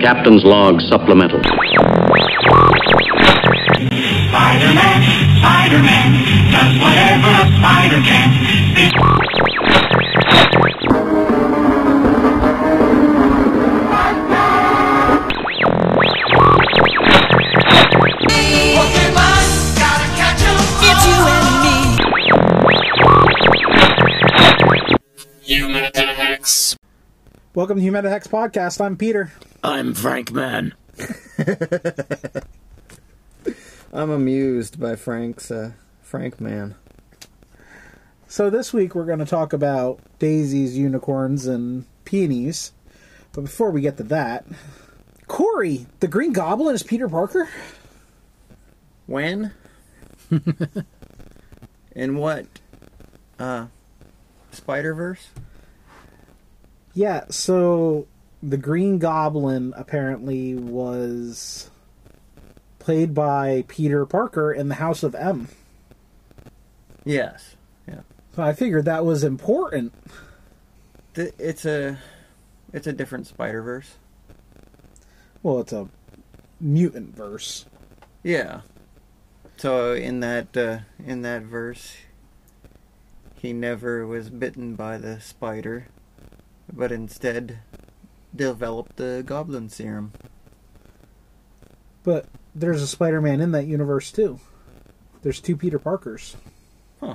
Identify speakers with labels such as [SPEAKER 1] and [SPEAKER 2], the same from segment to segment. [SPEAKER 1] Captain's Log Supplemental.
[SPEAKER 2] Spider-Man, Spider-Man, does whatever a spider can. Pokemon, gotta catch 'em
[SPEAKER 3] It's you and me.
[SPEAKER 4] Welcome to Humana Hex Podcast. I'm Peter.
[SPEAKER 5] I'm Frank Man.
[SPEAKER 6] I'm amused by Frank's uh, Frank man.
[SPEAKER 4] So this week we're going to talk about daisies, unicorns, and peonies. But before we get to that, Corey, the Green Goblin is Peter Parker.
[SPEAKER 6] When? In what? Uh, Spider Verse.
[SPEAKER 4] Yeah. So the Green Goblin apparently was played by Peter Parker in the House of M.
[SPEAKER 6] Yes. Yeah.
[SPEAKER 4] So I figured that was important.
[SPEAKER 6] Th- it's a, it's a different Spider Verse.
[SPEAKER 4] Well, it's a mutant verse.
[SPEAKER 6] Yeah. So in that uh, in that verse, he never was bitten by the spider, but instead developed the goblin serum.
[SPEAKER 4] But there's a Spider-Man in that universe too. There's two Peter Parkers.
[SPEAKER 6] Huh.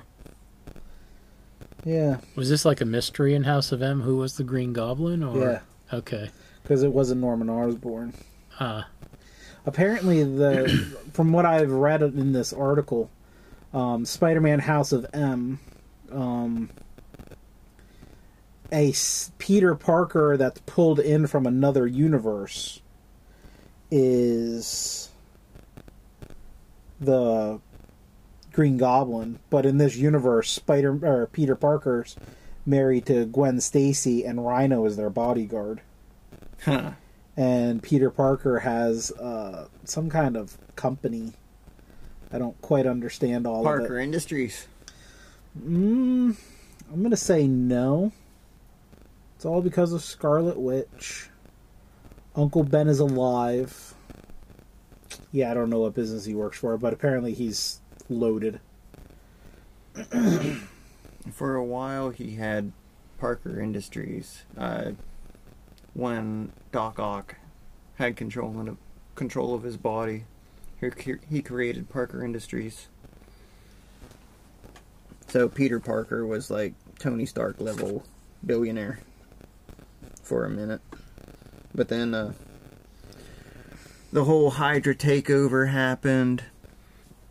[SPEAKER 4] Yeah,
[SPEAKER 5] Was this like a mystery in House of M? Who was the Green Goblin? Or
[SPEAKER 4] Yeah.
[SPEAKER 5] okay,
[SPEAKER 4] because it wasn't Norman Osborn.
[SPEAKER 5] uh,
[SPEAKER 4] Apparently, the from what I've read in this article, um, Spider-Man House of M, um, a s- Peter Parker that's pulled in from another universe is the Green Goblin, but in this universe, Spider or Peter Parker's married to Gwen Stacy, and Rhino is their bodyguard.
[SPEAKER 6] Huh.
[SPEAKER 4] And Peter Parker has uh, some kind of company. I don't quite understand all
[SPEAKER 6] Parker
[SPEAKER 4] of it.
[SPEAKER 6] Industries.
[SPEAKER 4] Mm, I'm gonna say no. It's all because of Scarlet Witch. Uncle Ben is alive. Yeah, I don't know what business he works for, but apparently he's loaded.
[SPEAKER 6] For a while, he had Parker Industries uh, when Doc Ock had control of, control of his body. He, cre- he created Parker Industries. So Peter Parker was like Tony Stark level billionaire for a minute, but then uh, the whole Hydra takeover happened.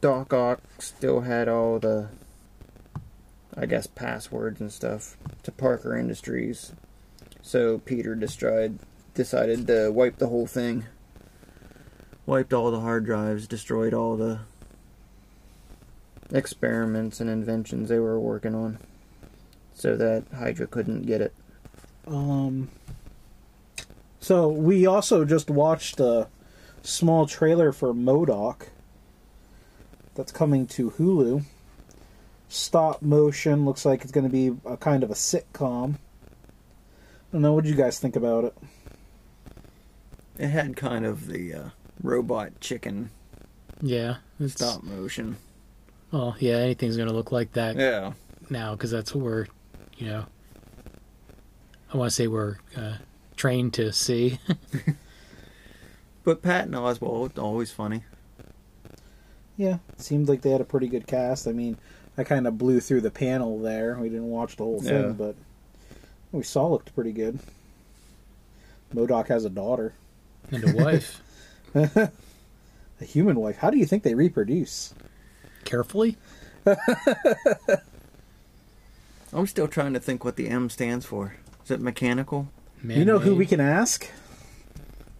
[SPEAKER 6] Doc Ock still had all the I guess, passwords and stuff to Parker Industries. So Peter destroyed, decided to wipe the whole thing. Wiped all the hard drives, destroyed all the experiments and inventions they were working on so that Hydra couldn't get it.
[SPEAKER 4] Um, so we also just watched a small trailer for Modoc that's coming to Hulu. Stop motion looks like it's going to be a kind of a sitcom. I don't know. What do you guys think about it?
[SPEAKER 6] It had kind of the uh, robot chicken
[SPEAKER 5] yeah, it's,
[SPEAKER 6] stop motion.
[SPEAKER 5] Well, yeah, anything's gonna look like that now 'cause
[SPEAKER 6] Yeah.
[SPEAKER 5] now because that's what we're, you know, I want to say we're uh, trained to see.
[SPEAKER 6] But Patton Oswald, always funny.
[SPEAKER 4] Yeah, it seemed like they had a pretty good cast. I mean, I kind of blew through the panel there. We didn't watch the whole thing,
[SPEAKER 6] Yeah.
[SPEAKER 4] but we saw looked pretty good. Modoc has a daughter,
[SPEAKER 5] and a wife
[SPEAKER 4] a human wife. How do you think they reproduce?
[SPEAKER 5] carefully.
[SPEAKER 6] I'm still trying to think what the M stands for. Is it mechanical?
[SPEAKER 4] You know who
[SPEAKER 5] man-made.
[SPEAKER 4] we can ask?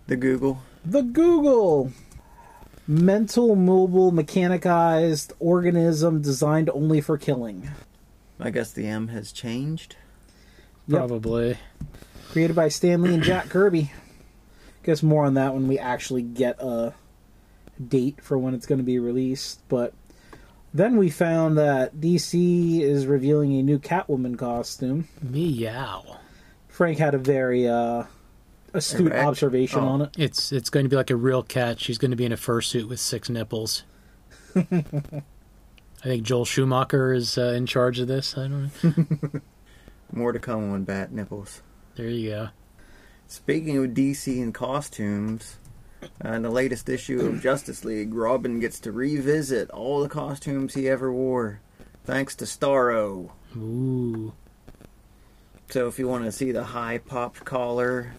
[SPEAKER 6] The Google?
[SPEAKER 4] The Google. Mental, mobile, mechanized organism designed only for killing.
[SPEAKER 6] I guess the M has changed.
[SPEAKER 4] Yep.
[SPEAKER 5] probably.
[SPEAKER 4] Created by Stanley and Jack Kirby. Guess more on that when we actually get a date for when it's going to be released. But then we found that DC is revealing a new Catwoman costume.
[SPEAKER 5] Meow.
[SPEAKER 4] Frank had a very uh, astute
[SPEAKER 6] Correct.
[SPEAKER 4] observation
[SPEAKER 6] Oh.
[SPEAKER 4] on it.
[SPEAKER 5] It's it's going to be like a real cat. She's going to be in a fursuit with six nipples. I think Joel Schumacher is uh, in charge of this. I don't know.
[SPEAKER 6] More to come on Bat Nipples.
[SPEAKER 5] There you go.
[SPEAKER 6] Speaking of DC and costumes, uh, in the latest issue of Justice League, Robin gets to revisit all the costumes he ever wore, thanks to Starro.
[SPEAKER 5] Ooh.
[SPEAKER 6] So if you want to see the high popped collar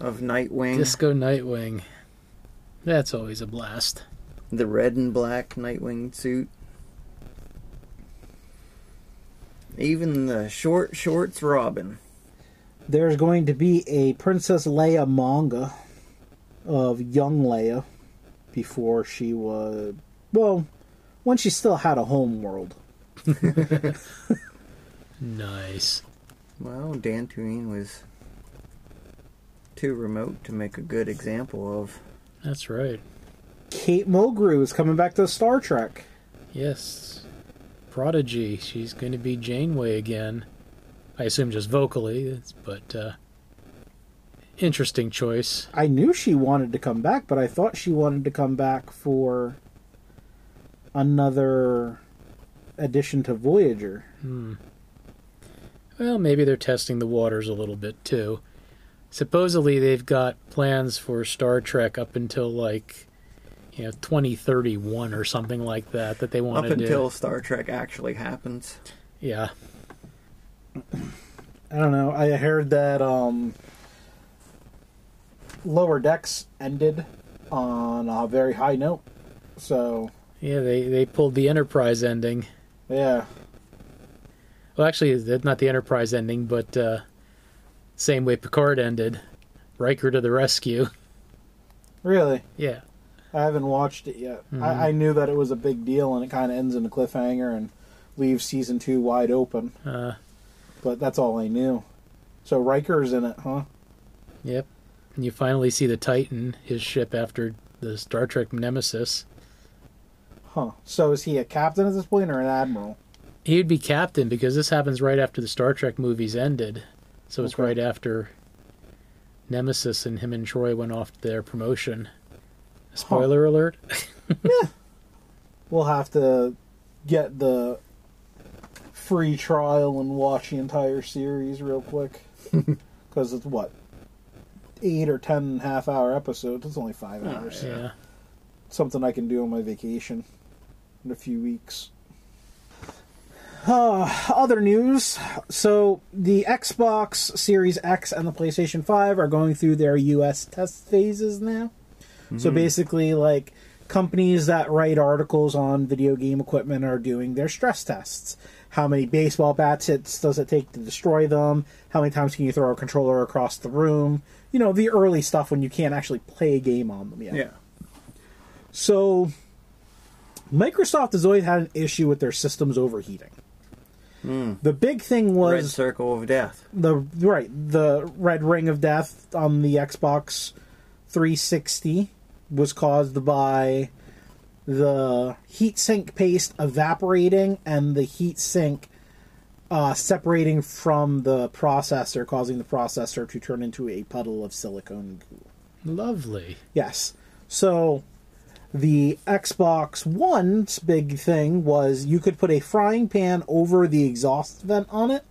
[SPEAKER 6] of Nightwing,
[SPEAKER 5] Disco Nightwing. That's always a blast.
[SPEAKER 6] the red and black Nightwing suit, even the short shorts Robin.
[SPEAKER 4] There's going to be a Princess Leia manga of young Leia before she was well, when she still had a home world.
[SPEAKER 5] Nice.
[SPEAKER 6] Well, Dantooine was too remote to make a good example of.
[SPEAKER 5] That's right.
[SPEAKER 4] Kate Mulgrew is coming back to Star Trek.
[SPEAKER 5] Yes. Prodigy. She's going to be Janeway again. I assume just vocally, it's- but uh, interesting choice.
[SPEAKER 4] I knew she wanted to come back, but I thought she wanted to come back for another addition to Voyager.
[SPEAKER 5] Well, maybe they're testing the waters a little bit too. Supposedly, they've got plans for Star Trek up until like, you know, 2031 or something like that that they want
[SPEAKER 6] Up
[SPEAKER 5] to do.
[SPEAKER 6] until Star Trek actually happens.
[SPEAKER 5] yeah,
[SPEAKER 4] I don't know. I heard that um, Lower Decks ended on a very high note. So,
[SPEAKER 5] yeah, they they pulled the Enterprise ending.
[SPEAKER 4] yeah.
[SPEAKER 5] Well, actually, it's not the Enterprise ending, but uh, same way Picard ended. Riker to the rescue.
[SPEAKER 4] Really?
[SPEAKER 5] Yeah,
[SPEAKER 4] I haven't watched it yet. I, I knew that it was a big deal and it kind of ends in a cliffhanger and leaves season two wide open.
[SPEAKER 5] Uh.
[SPEAKER 4] but that's all I knew. So Riker's in it, huh?
[SPEAKER 5] yep. And you finally see the Titan, his ship after the Star Trek Nemesis.
[SPEAKER 4] Huh. So is he a captain at this point or an admiral?
[SPEAKER 5] he would be captain because this happens right after the Star Trek movies ended. So it's
[SPEAKER 4] Okay.
[SPEAKER 5] right after Nemesis and him and Troy went off to their promotion. Spoiler alert.
[SPEAKER 4] We'll have to get the free trial and watch the entire series real quick. Because it's what? Eight or ten and a half hour episodes. It's only five hours.
[SPEAKER 5] yeah.
[SPEAKER 4] Something I can do on my vacation in a few weeks. Uh, other news. So, the Xbox Series X and the PlayStation 5 are going through their US test phases now. So, basically, like companies that write articles on video game equipment are doing their stress tests. How many baseball bats hits does it take to destroy them? How many times can you throw a controller across the room? You know, the early stuff when you can't actually play a game on them yet. So Microsoft has always had an issue with their systems overheating. The big thing
[SPEAKER 6] Red
[SPEAKER 4] was
[SPEAKER 6] Circle of Death.
[SPEAKER 4] the right the red ring of death on the Xbox 360 was caused by the heatsink paste evaporating and the heatsink uh, separating from the processor, causing the processor to turn into a puddle of silicone goo.
[SPEAKER 5] Lovely.
[SPEAKER 4] Yes. So the Xbox One's big thing was you could put a frying pan over the exhaust vent on it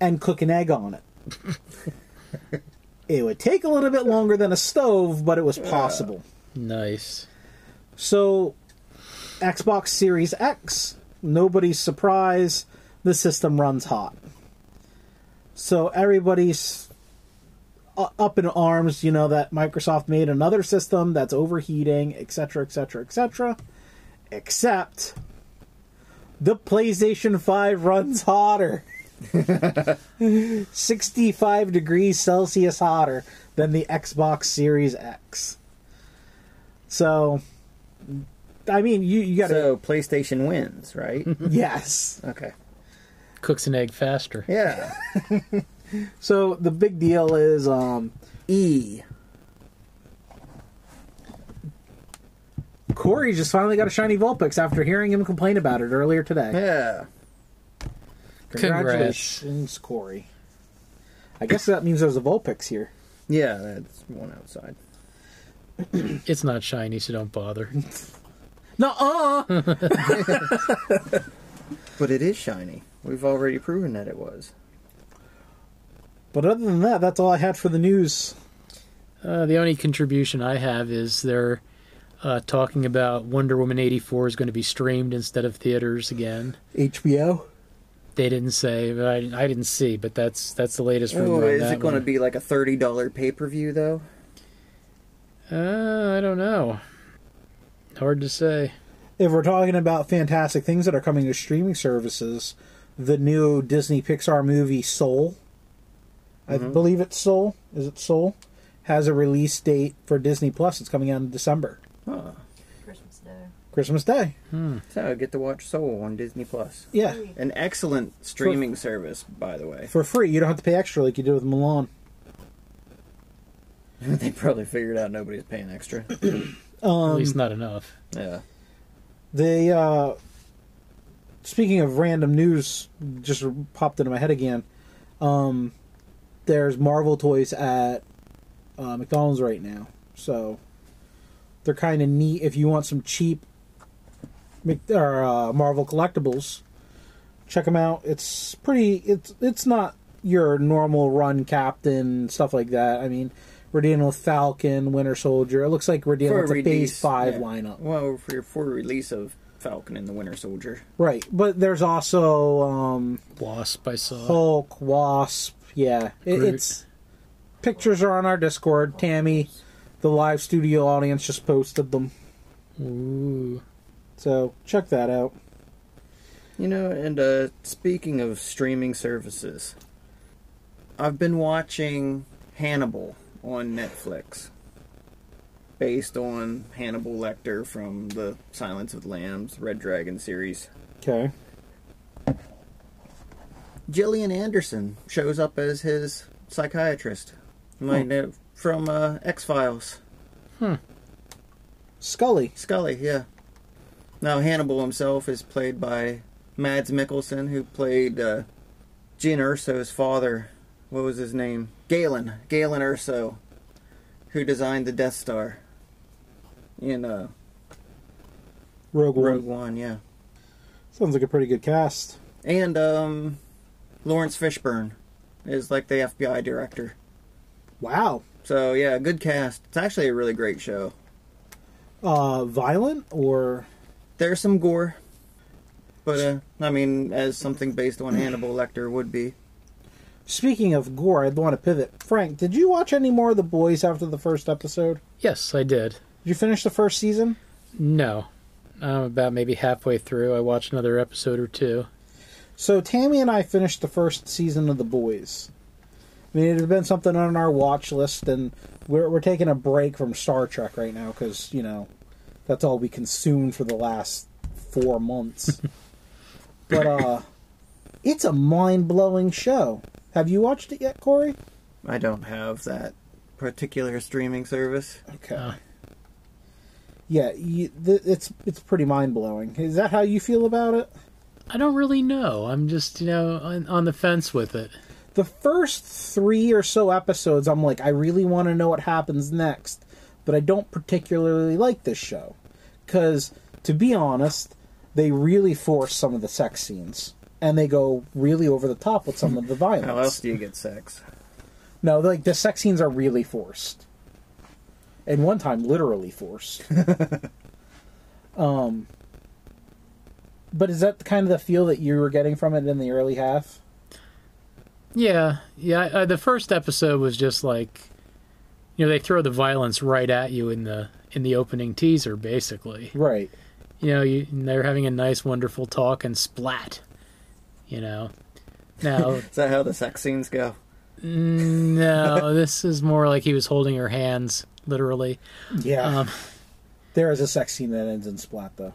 [SPEAKER 4] and cook an egg on it. it would take a little bit longer than a stove, but it was possible.
[SPEAKER 5] Nice.
[SPEAKER 4] So, Xbox Series X, nobody's surprise, the system runs hot. So, everybody's u- up in arms, you know, that Microsoft made another system that's overheating, etc., etc., etc. Except the PlayStation 5 runs hotter. 65 degrees Celsius hotter than the Xbox Series X. So, I mean, you, you gotta.
[SPEAKER 6] So PlayStation wins, right?
[SPEAKER 4] Yes.
[SPEAKER 6] okay.
[SPEAKER 5] Cooks an egg faster.
[SPEAKER 6] Yeah.
[SPEAKER 4] So the big deal is um,
[SPEAKER 6] E.
[SPEAKER 4] Corey just finally got a shiny Vulpix after hearing him complain about it earlier today.
[SPEAKER 6] Yeah.
[SPEAKER 5] Congrats.
[SPEAKER 4] Congratulations, Corey. I guess that means there's a Vulpix here.
[SPEAKER 6] Yeah, that's one outside.
[SPEAKER 5] It's not shiny, so don't bother.
[SPEAKER 4] No, uh.
[SPEAKER 6] But it is shiny. We've already proven that it was.
[SPEAKER 4] but other than that, that's all I had for the news.
[SPEAKER 5] Uh, the only contribution I have is they're uh, talking about Wonder Woman 84 is going to be streamed instead of theaters again.
[SPEAKER 4] HBO.
[SPEAKER 5] They didn't say, but I, I didn't see, but that's that's the latest rumor.
[SPEAKER 6] Oh,
[SPEAKER 5] on
[SPEAKER 6] is
[SPEAKER 5] that
[SPEAKER 6] it going to
[SPEAKER 5] one.
[SPEAKER 6] be like a thirty dollar pay per view though?
[SPEAKER 5] Uh, I don't know. Hard to say.
[SPEAKER 4] If we're talking about fantastic things that are coming to streaming services, the new Disney Pixar movie Soul, I believe it's Soul. Is it Soul? Has a release date for Disney Plus. It's coming out in December,
[SPEAKER 6] Huh.
[SPEAKER 1] Christmas Day.
[SPEAKER 4] Christmas Day.
[SPEAKER 6] So I get to watch Soul on Disney Plus.
[SPEAKER 4] Yeah,
[SPEAKER 6] An excellent streaming service, by the way.
[SPEAKER 4] for free. You don't have to pay extra like you did with Milan.
[SPEAKER 6] they probably figured out nobody's paying extra. Um,
[SPEAKER 5] At least not enough.
[SPEAKER 6] yeah.
[SPEAKER 4] They, uh, speaking of random news, just popped into my head again. Um, there's Marvel toys at uh, McDonald's right now, so they're kind of neat. If you want some cheap Mc- or, uh, Marvel collectibles, check them out. It's pretty. It's it's not your normal run Captain stuff like that. I mean, we're dealing with Falcon, Winter Soldier. It looks like we're dealing with a Phase Five
[SPEAKER 6] yeah.
[SPEAKER 4] lineup.
[SPEAKER 6] Well, for for release of Falcon and the Winter Soldier.
[SPEAKER 4] Right, but there's also um,
[SPEAKER 5] Wasp, I saw.
[SPEAKER 4] Hulk, Wasp. Yeah, it,
[SPEAKER 5] Groot.
[SPEAKER 4] it's pictures are on our Discord. Tammy, the live studio audience just posted them,
[SPEAKER 5] Ooh.
[SPEAKER 4] so check that out.
[SPEAKER 6] You know, and uh, speaking of streaming services, I've been watching Hannibal on Netflix, based on Hannibal Lecter from the Silence of the Lambs, Red Dragon series.
[SPEAKER 4] Okay,
[SPEAKER 6] Gillian Anderson shows up as his psychiatrist,
[SPEAKER 4] Oh.
[SPEAKER 6] like uh, from uh, X Files.
[SPEAKER 4] Scully.
[SPEAKER 6] Scully, yeah. Now Hannibal himself is played by Mads Mikkelsen, who played uh, Gene Urso's father. What was his name? Galen. Galen Urso, who designed the Death Star in uh,
[SPEAKER 4] Rogue One
[SPEAKER 6] Rogue One, yeah.
[SPEAKER 4] sounds like a pretty good cast.
[SPEAKER 6] And um, Lawrence Fishburne is like the FBI director.
[SPEAKER 4] Wow,
[SPEAKER 6] So yeah, good cast. It's actually a really great show.
[SPEAKER 4] uh, violent or
[SPEAKER 6] There's some gore, but uh, I mean, as something based on Hannibal Lecter would be.
[SPEAKER 4] speaking of gore, I'd want to pivot. Frank, did you watch any more of The Boys after the first episode?
[SPEAKER 5] Yes, I did.
[SPEAKER 4] Did you finish the first season?
[SPEAKER 5] No. I'm about maybe halfway through. I watched another episode or two.
[SPEAKER 4] So Tammy and I finished the first season of The Boys. I mean, it had been something on our watch list, and we're we're taking a break from Star Trek right now because you know that's all we consumed for the last four months. but uh, it's a mind blowing show. Have you watched it yet, Corey?
[SPEAKER 6] I don't have that particular streaming service.
[SPEAKER 4] Okay.
[SPEAKER 5] Uh.
[SPEAKER 4] yeah, you, th- it's it's pretty mind blowing. Is that how you feel about it?
[SPEAKER 5] I don't really know. I'm just, you know, on, on the fence with it.
[SPEAKER 4] the first three or so episodes, I'm like, I really want to know what happens next, but I don't particularly like this show. Because, to be honest, they really force some of the sex scenes, and they go really over the top with some of the violence.
[SPEAKER 6] How else do you get sex?
[SPEAKER 4] No, like the sex scenes are really forced, and one time literally forced. um, but is that kind of the feel that you were getting from it in the early half?
[SPEAKER 5] Yeah, yeah. I, I, the first episode was just like, you know, they throw the violence right at you in the in the opening teaser, basically.
[SPEAKER 4] Right.
[SPEAKER 5] You know, you, and they're having a nice, wonderful talk and splat. You know, now
[SPEAKER 6] Is that how the sex scenes go?
[SPEAKER 5] no, this is more like he was holding her hands, literally.
[SPEAKER 4] Yeah.
[SPEAKER 5] Um,
[SPEAKER 4] There is a sex scene that ends in splat, though.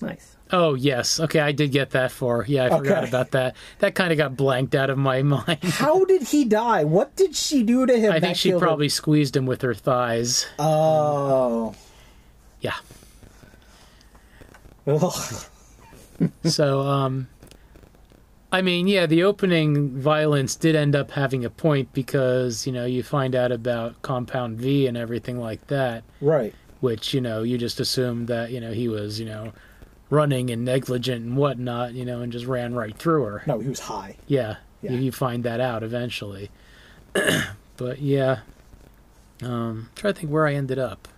[SPEAKER 6] Nice.
[SPEAKER 5] oh yes, okay, I did get that far. Yeah, I forgot
[SPEAKER 4] Okay.
[SPEAKER 5] about that. That kind of got blanked out of my mind.
[SPEAKER 4] How did he die? What did she do to him?
[SPEAKER 5] I think
[SPEAKER 4] that
[SPEAKER 5] she
[SPEAKER 4] killed Uh, him?
[SPEAKER 5] probably squeezed him with her thighs.
[SPEAKER 4] Oh.
[SPEAKER 5] Yeah.
[SPEAKER 4] Ugh.
[SPEAKER 5] so um I mean, yeah, the opening violence did end up having a point because, you know, you find out about Compound V and everything like that,
[SPEAKER 4] Right.
[SPEAKER 5] which, you know, you just assumed that, you know, he was, you know, running and negligent and whatnot, you know, and just ran right through her.
[SPEAKER 4] No, he was high.
[SPEAKER 5] Yeah,
[SPEAKER 4] Yeah.
[SPEAKER 5] You, you find that out eventually. but yeah, um, try to think where I ended up.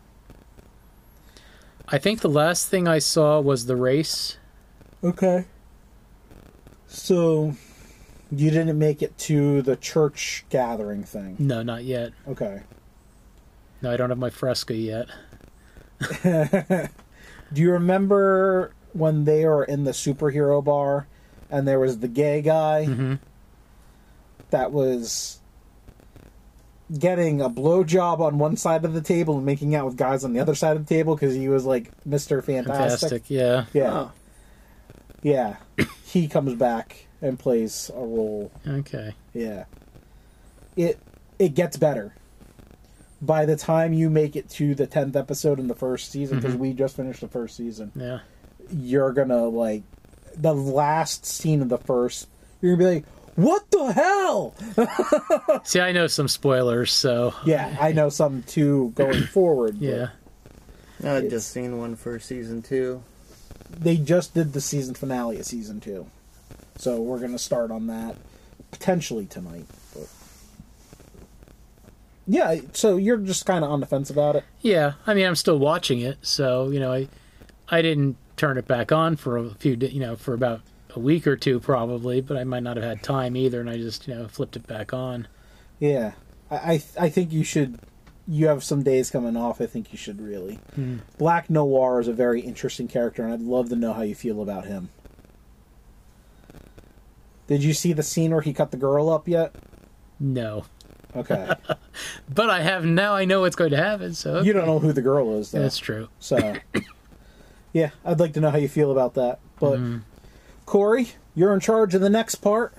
[SPEAKER 5] I think the last thing I saw was the race.
[SPEAKER 4] Okay. So, you didn't make it to the church gathering thing.
[SPEAKER 5] No, not yet.
[SPEAKER 4] Okay.
[SPEAKER 5] No, I don't have my fresca yet.
[SPEAKER 4] Do you remember when they were in the superhero bar and there was the gay guy that was getting a blowjob on one side of the table and making out with guys on the other side of the table because he was like Mr. Fantastic?
[SPEAKER 5] Fantastic. Yeah.
[SPEAKER 4] Yeah.
[SPEAKER 6] Oh,
[SPEAKER 4] Yeah. he comes back and plays a role.
[SPEAKER 5] Okay.
[SPEAKER 4] Yeah. It it gets better. By the time you make it to the 10th episode in the first season because we just finished the first season.
[SPEAKER 5] Yeah.
[SPEAKER 4] you're gonna like the last scene of the first you're gonna be like what the hell
[SPEAKER 5] See, I know some spoilers, so
[SPEAKER 4] yeah i know some too going forward but
[SPEAKER 5] yeah.
[SPEAKER 6] I would just seen one for season two.
[SPEAKER 4] they just did the season finale of season two so we're gonna start on that potentially tonight but yeah so you're just kind of on the fence about it
[SPEAKER 5] Yeah, I mean, I'm still watching it, so you know, I I didn't turn it back on for a few, di- you know, for about a week or two probably, but I might not have had time either, and I just you know flipped it back on.
[SPEAKER 4] yeah i i, I think you should you have some days coming off i think you should really
[SPEAKER 5] Hmm.
[SPEAKER 4] black noir is a very interesting character and i'd love to know how you feel about him did you see the scene where he cut the girl up yet
[SPEAKER 5] No,
[SPEAKER 4] okay
[SPEAKER 5] but I have now. I know what's going to happen, so
[SPEAKER 4] you don't know who the girl is though
[SPEAKER 5] that's true.
[SPEAKER 4] so yeah i'd like to know how you feel about that but
[SPEAKER 5] Hmm.
[SPEAKER 4] corey you're in charge of the next part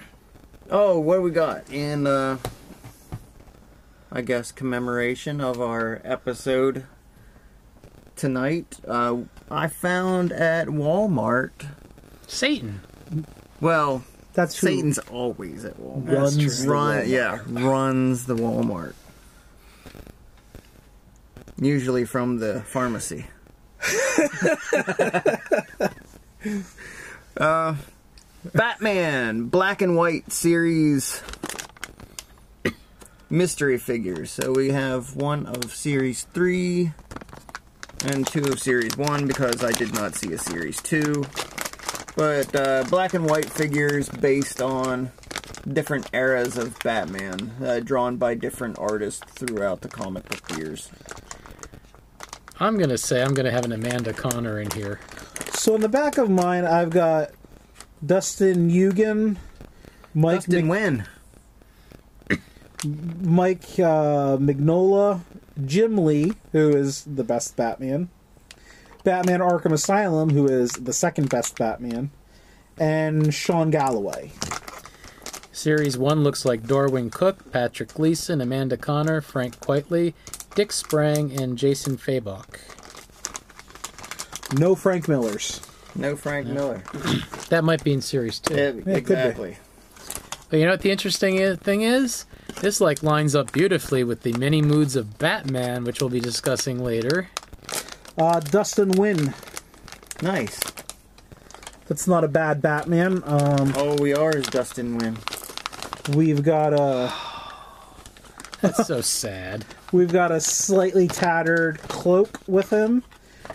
[SPEAKER 6] Oh, what do we got? In, uh, I guess, commemoration of our episode tonight, uh, I found at Walmart.
[SPEAKER 5] Satan.
[SPEAKER 6] Well,
[SPEAKER 4] that's who
[SPEAKER 6] Satan's always at Walmart.
[SPEAKER 4] Runs That's true. the
[SPEAKER 6] Run-
[SPEAKER 4] Walmart.
[SPEAKER 6] yeah, runs the Walmart. Usually from the pharmacy. uh, Batman Black and White series mystery figures. So we have one of series three and two of series one because I did not see a series two but uh, black and white figures based on different eras of Batman, uh, drawn by different artists throughout the comic book years.
[SPEAKER 5] I'm gonna say I'm gonna have an Amanda Connor in here.
[SPEAKER 4] so in the back of mine i've got dustin eugen mike
[SPEAKER 6] Dustin Wynn.
[SPEAKER 4] Mike uh, Mignola, Jim Lee, who is the best Batman, Batman Arkham Asylum, who is the second best Batman, and Sean Galloway.
[SPEAKER 5] Series one looks like Darwin Cook, Patrick Gleason, Amanda Connor, Frank Quitely, Dick Sprang, and Jason Fabok.
[SPEAKER 4] No Frank Millers.
[SPEAKER 6] No Frank Miller.
[SPEAKER 5] That might be in series two.
[SPEAKER 6] Yeah,
[SPEAKER 4] be.
[SPEAKER 6] exactly.
[SPEAKER 5] But you know what the interesting i- thing is? This like lines up beautifully with the many moods of Batman, which we'll be discussing later.
[SPEAKER 4] Uh, Dustin Wynn.
[SPEAKER 6] Nice.
[SPEAKER 4] That's not a bad Batman. Um,
[SPEAKER 6] All we are is Dustin Wynn.
[SPEAKER 4] we've got uh, a
[SPEAKER 5] That's so sad.
[SPEAKER 4] we've got a slightly tattered cloak with him.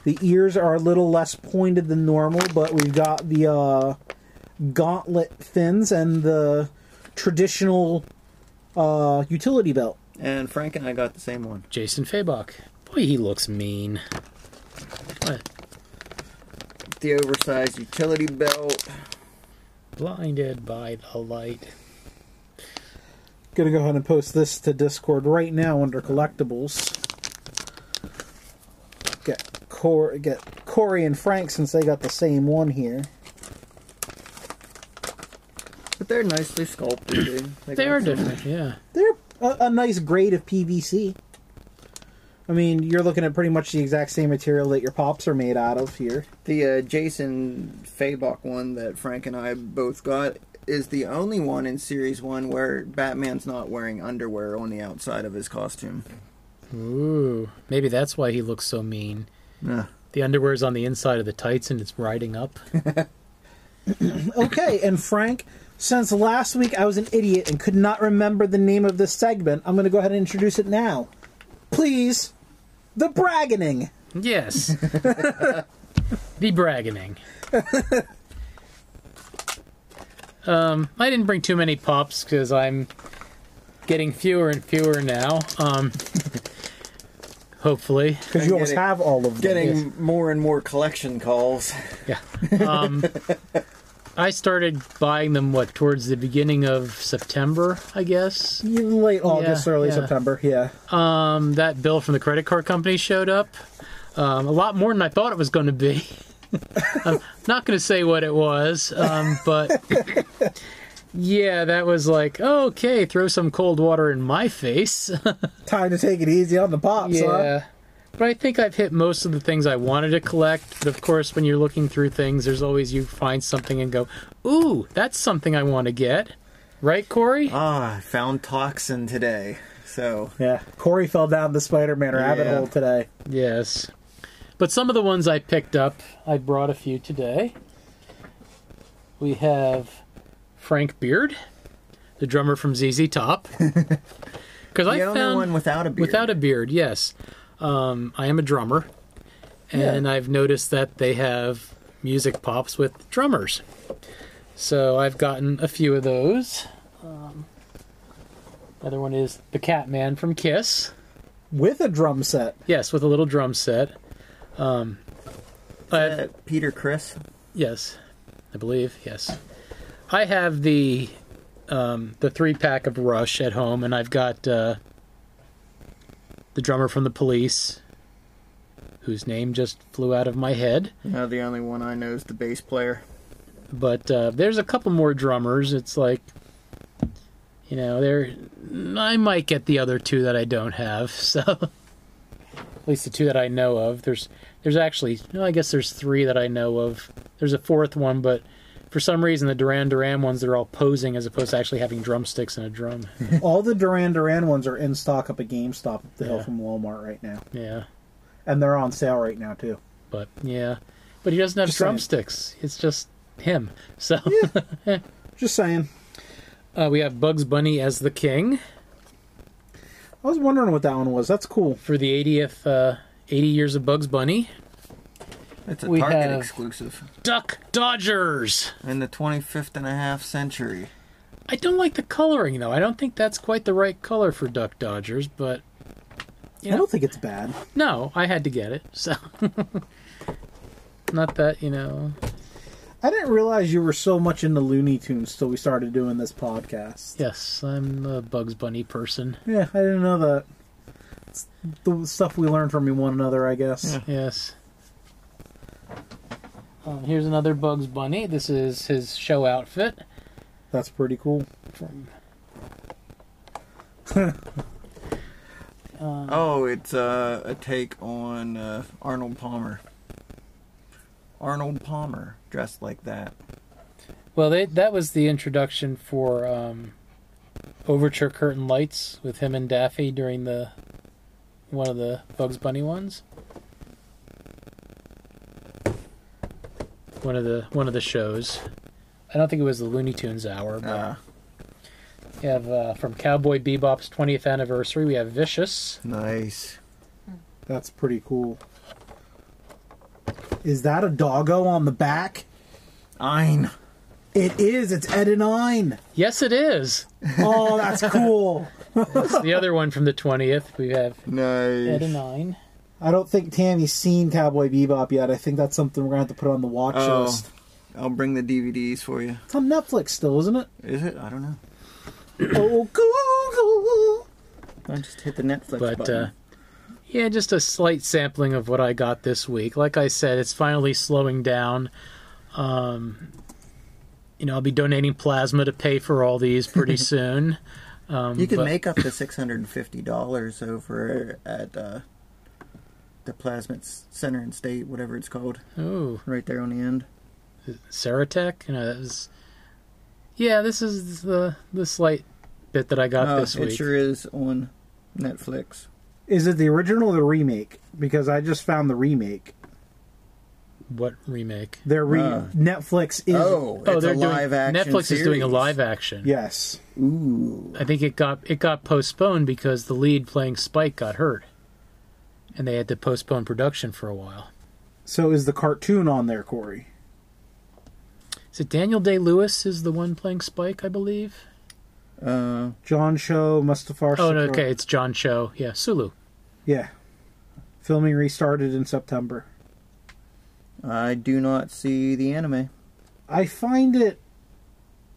[SPEAKER 4] The ears are a little less pointed than normal, but we've got the uh, gauntlet fins and the traditional uh, utility belt.
[SPEAKER 6] And Frank and I got the same one.
[SPEAKER 5] Jason Fabok. Boy, he looks mean. What?
[SPEAKER 6] The oversized utility belt.
[SPEAKER 5] Blinded by the light.
[SPEAKER 4] Gonna go ahead and post this to Discord right now under collectibles. Get Cor- get Corey and Frank since they got the same one here.
[SPEAKER 6] But they're nicely sculpted, dude.
[SPEAKER 5] They
[SPEAKER 6] got
[SPEAKER 5] are
[SPEAKER 6] some-
[SPEAKER 5] different, yeah.
[SPEAKER 4] They're a, a nice grade of PVC. I mean, you're looking at pretty much the exact same material that your pops are made out of here.
[SPEAKER 6] The uh, Jason Fabok one that Frank and I both got is the only one in series one where Batman's not wearing underwear on the outside of his costume.
[SPEAKER 5] Ooh, maybe that's why he looks so mean.
[SPEAKER 6] Yeah.
[SPEAKER 5] The underwear's on the inside of the tights and it's riding up.
[SPEAKER 4] Okay, and Frank, since last week I was an idiot and could not remember the name of this segment, I'm going to go ahead and introduce it now. Please, the bragganing.
[SPEAKER 5] Yes. the bragganing. um, I didn't bring too many pops because I'm getting fewer and fewer now. Um, hopefully.
[SPEAKER 4] Because you always
[SPEAKER 6] Getting-
[SPEAKER 4] have all of them.
[SPEAKER 6] Getting more and more collection calls.
[SPEAKER 5] Yeah. Um, I started buying them, what, towards the beginning of September, I guess?
[SPEAKER 4] Yeah, late August,
[SPEAKER 5] Yeah,
[SPEAKER 4] early
[SPEAKER 5] yeah.
[SPEAKER 4] September. Yeah.
[SPEAKER 5] Um, that bill from the credit card company showed up. Um, a lot more than I thought it was going to be. I'm not going to say what it was, um, but yeah, that was like, okay, throw some cold water in my face.
[SPEAKER 4] Time to take it easy on the pops. huh?
[SPEAKER 5] Yeah. But I think I've hit most of the things I wanted to collect. But of course, when you're looking through things, there's always you find something and go, ooh, that's something I want to get. Right, Corey?
[SPEAKER 6] Ah, I found toxin today. So
[SPEAKER 4] Yeah. Corey fell down the Spider Man rabbit
[SPEAKER 6] Yeah.
[SPEAKER 4] hole today.
[SPEAKER 5] Yes. But some of the ones I picked up, I brought a few today. We have Frank Beard, the drummer from ZZ Top. Because I
[SPEAKER 6] the only
[SPEAKER 5] found
[SPEAKER 6] one without a beard.
[SPEAKER 5] Without a beard, yes. Um, I am a drummer, and I've noticed that they have music pops with drummers. So I've gotten a few of those. Um, another one is the Catman from Kiss.
[SPEAKER 4] With a drum set.
[SPEAKER 5] Yes, with a little drum set. Um, I-
[SPEAKER 6] Uh, Peter Chris.
[SPEAKER 5] Yes, I believe. Yes, I have the um, the three pack of Rush at home, and I've got uh, the drummer from the Police, whose name just flew out of my head.
[SPEAKER 6] Uh, the only one I know is the bass player.
[SPEAKER 5] But uh, there's a couple more drummers. It's like, you know, there I might get the other two that I don't have. So at least the two that I know of. There's there's actually no, I guess there's three that I know of. There's a fourth one, but for some reason the Duran Duran ones they're all posing as opposed to actually having drumsticks and a drum.
[SPEAKER 4] all the Duran Duran ones are in stock up at GameStop up the hill
[SPEAKER 5] Yeah.
[SPEAKER 4] from Walmart right now.
[SPEAKER 5] yeah,
[SPEAKER 4] And they're on sale right now, too.
[SPEAKER 5] but yeah, but he doesn't have
[SPEAKER 4] Just saying.
[SPEAKER 5] drumsticks. It's just him. So
[SPEAKER 4] Just saying.
[SPEAKER 5] uh, we have Bugs Bunny as the king
[SPEAKER 4] I was wondering what that one was. That's cool.
[SPEAKER 5] for the 80th uh, 80 years of Bugs Bunny.
[SPEAKER 6] It's a
[SPEAKER 5] We
[SPEAKER 6] Target
[SPEAKER 5] have-
[SPEAKER 6] exclusive.
[SPEAKER 5] Duck Dodgers.
[SPEAKER 6] In the 25th and a half century.
[SPEAKER 5] I don't like the coloring though. I don't think that's quite the right color for Duck Dodgers, but
[SPEAKER 4] I don't think it's bad.
[SPEAKER 5] no, I had to get it. So not that, you know.
[SPEAKER 4] I didn't realize you were so much into Looney Tunes till we started doing this podcast.
[SPEAKER 5] Yes, I'm a Bugs Bunny person.
[SPEAKER 4] Yeah, I didn't know that. It's the stuff we learn from one another, I guess.
[SPEAKER 5] Yes. Um, here's another Bugs Bunny. This is his show outfit.
[SPEAKER 4] That's pretty cool.
[SPEAKER 6] Oh, it's uh, a take on uh, Arnold Palmer. Arnold Palmer dressed like that.
[SPEAKER 5] Well, they, that was the introduction for um, Overture Curtain Lights with him and Daffy during the one of the Bugs Bunny ones. One of the one of the shows. I don't think it was the Looney Tunes hour, but
[SPEAKER 6] Uh,
[SPEAKER 5] we have uh, from Cowboy Bebop's 20th anniversary. We have Vicious.
[SPEAKER 6] nice.
[SPEAKER 4] That's pretty cool. Is that a doggo on the back?
[SPEAKER 6] Ein.
[SPEAKER 4] It is. It's Ed and Ein.
[SPEAKER 5] Yes, it is.
[SPEAKER 4] Oh, that's cool.
[SPEAKER 5] It's the other one from the 20th. We have Ed
[SPEAKER 6] Nice.
[SPEAKER 5] and Nine.
[SPEAKER 4] I don't think Tammy's seen Cowboy Bebop yet. I think that's something we're gonna have to put on the watch
[SPEAKER 6] Oh.
[SPEAKER 4] list.
[SPEAKER 6] I'll bring the DVDs for you.
[SPEAKER 4] It's on Netflix still, isn't it?
[SPEAKER 6] Is it? I don't know.
[SPEAKER 4] oh, Google.
[SPEAKER 6] I just hit the Netflix
[SPEAKER 5] but uh, yeah, just a slight sampling of what I got this week. Like I said, it's finally slowing down. Um, you know, I'll be donating plasma to pay for all these pretty soon.
[SPEAKER 6] you can
[SPEAKER 5] but-
[SPEAKER 6] make up to six hundred and fifty dollars over at uh, the Plasma S- Center and State, whatever it's called,
[SPEAKER 5] Ooh,
[SPEAKER 6] right there on the end.
[SPEAKER 5] Saratech, you know, that was. Yeah, this is the the slight bit that I got
[SPEAKER 6] Oh,
[SPEAKER 5] this
[SPEAKER 6] it
[SPEAKER 5] week.
[SPEAKER 6] sure is on Netflix.
[SPEAKER 4] Is it the original or the remake? Because I just found the remake.
[SPEAKER 5] What remake?
[SPEAKER 4] Their re-
[SPEAKER 6] Ah.
[SPEAKER 4] Netflix is
[SPEAKER 6] oh, it's a live
[SPEAKER 5] doing
[SPEAKER 6] action.
[SPEAKER 5] Netflix is doing a
[SPEAKER 6] series.
[SPEAKER 5] live action.
[SPEAKER 4] yes.
[SPEAKER 6] Ooh,
[SPEAKER 5] I think it got it got postponed because the lead playing Spike got hurt, and they had to postpone production for a while.
[SPEAKER 4] So is the cartoon on there, Corey?
[SPEAKER 5] Is it Daniel Day Lewis is the one playing Spike? I believe.
[SPEAKER 6] uh,
[SPEAKER 4] John Cho, Mustafar.
[SPEAKER 5] Oh no,
[SPEAKER 4] Shakur.
[SPEAKER 5] okay, it's John Cho. Yeah, Sulu.
[SPEAKER 4] Yeah. Filming restarted in September.
[SPEAKER 6] I do not see the anime.
[SPEAKER 4] I find it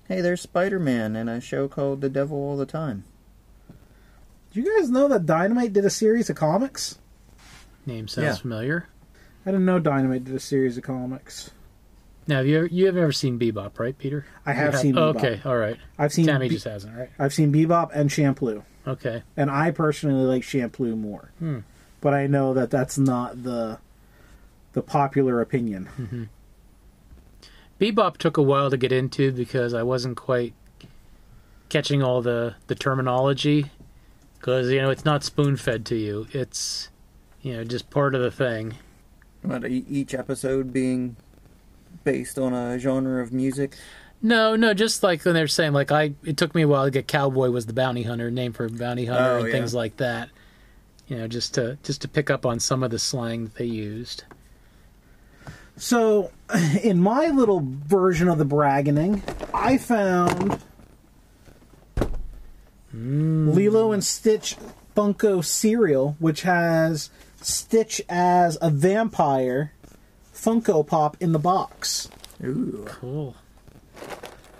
[SPEAKER 6] Hey, there's Spider-Man in a show called The Devil All the Time.
[SPEAKER 4] Do you guys know that Dynamite did a series of comics?
[SPEAKER 5] Name sounds
[SPEAKER 6] Yeah.
[SPEAKER 5] familiar.
[SPEAKER 4] I didn't know Dynamite did a series of comics.
[SPEAKER 5] Now, have you ever, you have ever seen Bebop, right, Peter?
[SPEAKER 4] I have
[SPEAKER 5] You
[SPEAKER 4] seen Bebop.
[SPEAKER 5] Oh, Okay, all right.
[SPEAKER 4] I've seen
[SPEAKER 5] Tammy
[SPEAKER 4] Be-
[SPEAKER 5] just hasn't, right?
[SPEAKER 4] I've seen Bebop and Champloo,
[SPEAKER 5] Okay.
[SPEAKER 4] and I personally like Champloo more.
[SPEAKER 5] Hmm.
[SPEAKER 4] But I know that that's not the the popular opinion.
[SPEAKER 5] Bebop took a while to get into because I wasn't quite catching all the the terminology because you know it's not spoon fed to you. It's you know just part of the thing.
[SPEAKER 6] What, e- each episode being based on a genre of music.
[SPEAKER 5] No, no, just like when they're saying, like I, it took me a while to get Cowboy was the bounty hunter, name for a bounty hunter,
[SPEAKER 6] Oh,
[SPEAKER 5] and
[SPEAKER 6] yeah.
[SPEAKER 5] things like that. You know, just to just to pick up on some of the slang that they used.
[SPEAKER 4] So, in my little version of the bragganing, I found Lilo and Stitch Funko cereal, which has Stitch as a vampire Funko Pop in the box.
[SPEAKER 6] Ooh,
[SPEAKER 5] Cool.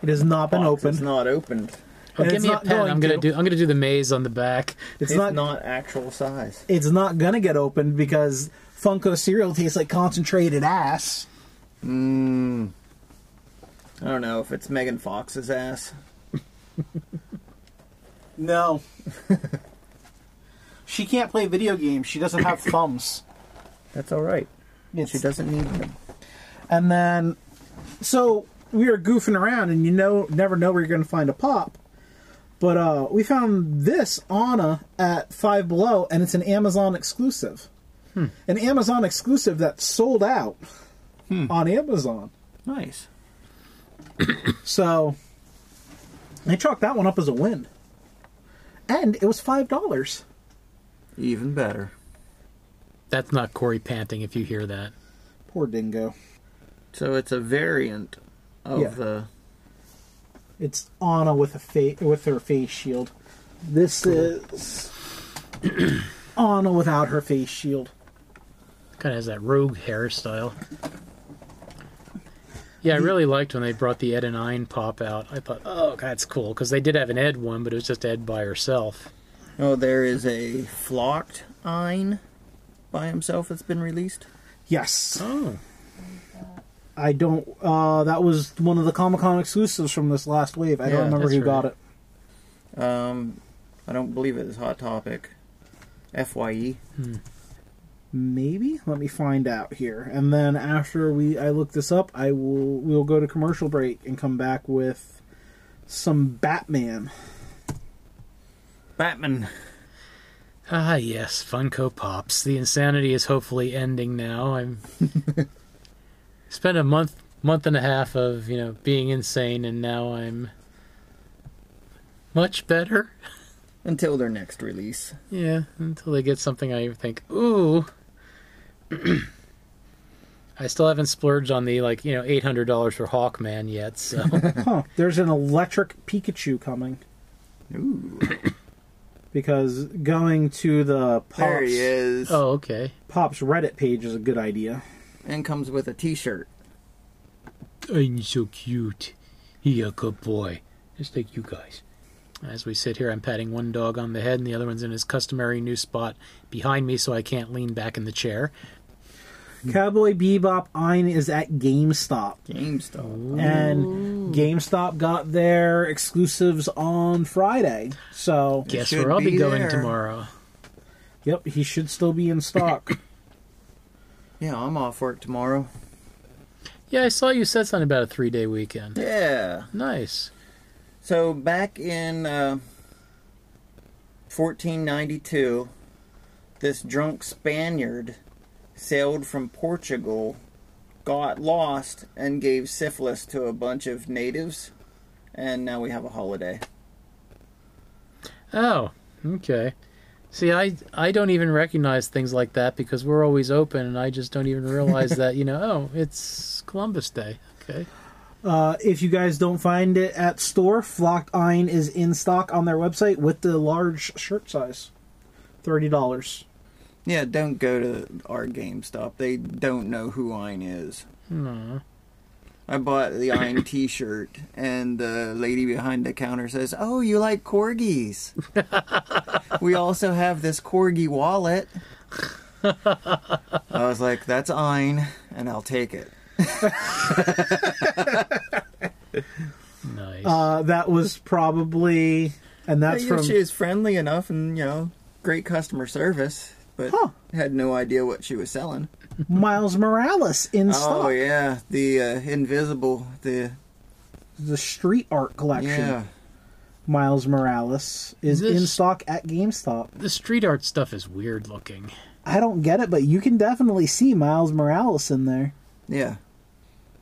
[SPEAKER 4] It has not been opened.
[SPEAKER 6] It's not opened.
[SPEAKER 5] Oh,
[SPEAKER 4] And
[SPEAKER 5] give
[SPEAKER 4] it's
[SPEAKER 5] me a
[SPEAKER 4] not
[SPEAKER 5] pen.
[SPEAKER 4] going
[SPEAKER 5] I'm gonna
[SPEAKER 4] to.
[SPEAKER 5] do. I'm gonna do the maze on the back.
[SPEAKER 4] It's,
[SPEAKER 6] It's
[SPEAKER 4] not,
[SPEAKER 6] not, actual size.
[SPEAKER 4] It's not gonna get opened because Funko cereal tastes like concentrated ass.
[SPEAKER 6] Mmm. I don't know if it's Megan Fox's ass.
[SPEAKER 4] No. she can't play video games. She doesn't have thumbs.
[SPEAKER 6] That's all right. She doesn't need them.
[SPEAKER 4] And then, so we were goofing around, and you know, never know where you're going to find a pop. But uh, we found this Anna at Five Below, and it's an Amazon exclusive. An Amazon exclusive that sold out on Amazon.
[SPEAKER 6] Nice.
[SPEAKER 4] So they chalked that one up as a win. And it was five dollars.
[SPEAKER 6] Even better.
[SPEAKER 5] That's not Corey panting. If you hear that,
[SPEAKER 4] Poor Dingo.
[SPEAKER 6] So it's a variant of
[SPEAKER 4] Yeah.
[SPEAKER 6] the.
[SPEAKER 4] It's Anna with a fa- with her face shield. This is Anna without her face shield.
[SPEAKER 5] kind of has that rogue hairstyle. Yeah, I really liked when they brought the Ed and Ein pop out. I thought, oh, that's cool because they did have an Ed one, but it was just Ed by herself.
[SPEAKER 6] Oh, there is a flocked Ein by himself that's been released.
[SPEAKER 4] Yes,
[SPEAKER 5] Oh,
[SPEAKER 4] I don't. Uh, that was one of the Comic Con exclusives from this last wave. I
[SPEAKER 6] Yeah,
[SPEAKER 4] don't remember
[SPEAKER 5] that's
[SPEAKER 4] who
[SPEAKER 5] right.
[SPEAKER 4] got it.
[SPEAKER 6] Um, I don't believe it is Hot Topic. E. FYE.
[SPEAKER 4] Maybe. Let me find out here. And then after we I look this up, I will we'll go to commercial break and come back with some Batman.
[SPEAKER 6] Batman.
[SPEAKER 5] ah, yes, Funko Pops. The insanity is hopefully ending now. I'm spent a month, month and a half of you know being insane, and now I'm much better.
[SPEAKER 6] Until their next release.
[SPEAKER 5] Yeah, until they get something I think, ooh. I still haven't splurged on the like you know eight hundred dollars for Hawkman yet, so
[SPEAKER 4] Huh. There's an electric Pikachu coming
[SPEAKER 6] Ooh.
[SPEAKER 4] because going to the Pops,
[SPEAKER 6] There he is.
[SPEAKER 5] oh okay.
[SPEAKER 4] Pops Reddit page is a good idea.
[SPEAKER 6] And comes with a t shirt.
[SPEAKER 5] I'm so cute. He a good boy, just like you guys. As we sit here, I'm patting one dog on the head, and the other one's in his customary new spot behind me, so I can't lean back in the chair.
[SPEAKER 6] Hmm.
[SPEAKER 4] Cowboy Bebop Ein is at GameStop.
[SPEAKER 6] GameStop.
[SPEAKER 4] And GameStop got their exclusives on Friday. So,
[SPEAKER 5] Guess
[SPEAKER 6] should
[SPEAKER 5] where I'll be,
[SPEAKER 6] be
[SPEAKER 5] going
[SPEAKER 6] there.
[SPEAKER 5] tomorrow.
[SPEAKER 4] yep, he should still be in stock.
[SPEAKER 6] Yeah, I'm off work tomorrow.
[SPEAKER 5] Yeah, I saw you said something about a three-day weekend.
[SPEAKER 6] Yeah.
[SPEAKER 5] Nice.
[SPEAKER 6] So back in uh, 1492, this drunk Spaniard sailed from Portugal, got lost, and gave syphilis to a bunch of natives, and now we have a holiday.
[SPEAKER 5] Oh, okay. See, I I don't even recognize things like that because we're always open, and I just don't even realize that you know. Oh, it's Columbus Day. Okay.
[SPEAKER 4] Uh, if you guys don't find it at store, Flocked Iron is in stock on their website with the large shirt size, thirty dollars.
[SPEAKER 6] Yeah, don't go to our GameStop. They don't know who Ein is. I bought the Ein T-shirt, and the lady behind the counter says, "Oh, you like corgis? we also have this corgi wallet." I was like, "That's Ein, and I'll take it."
[SPEAKER 5] Nice.
[SPEAKER 4] Uh, that was probably, and that's
[SPEAKER 6] Yeah,
[SPEAKER 4] from
[SPEAKER 6] she was friendly enough, and you know, great customer service, but
[SPEAKER 4] Huh.
[SPEAKER 6] had no idea what she was selling.
[SPEAKER 4] Miles Morales in
[SPEAKER 6] Oh
[SPEAKER 4] stock.
[SPEAKER 6] yeah, the uh, invisible, the
[SPEAKER 4] The street art collection.
[SPEAKER 6] yeah.
[SPEAKER 4] Miles Morales is
[SPEAKER 5] This-
[SPEAKER 4] in stock at GameStop.
[SPEAKER 5] the street art stuff is weird looking.
[SPEAKER 4] I don't get it, but you can definitely see Miles Morales in there.
[SPEAKER 6] Yeah.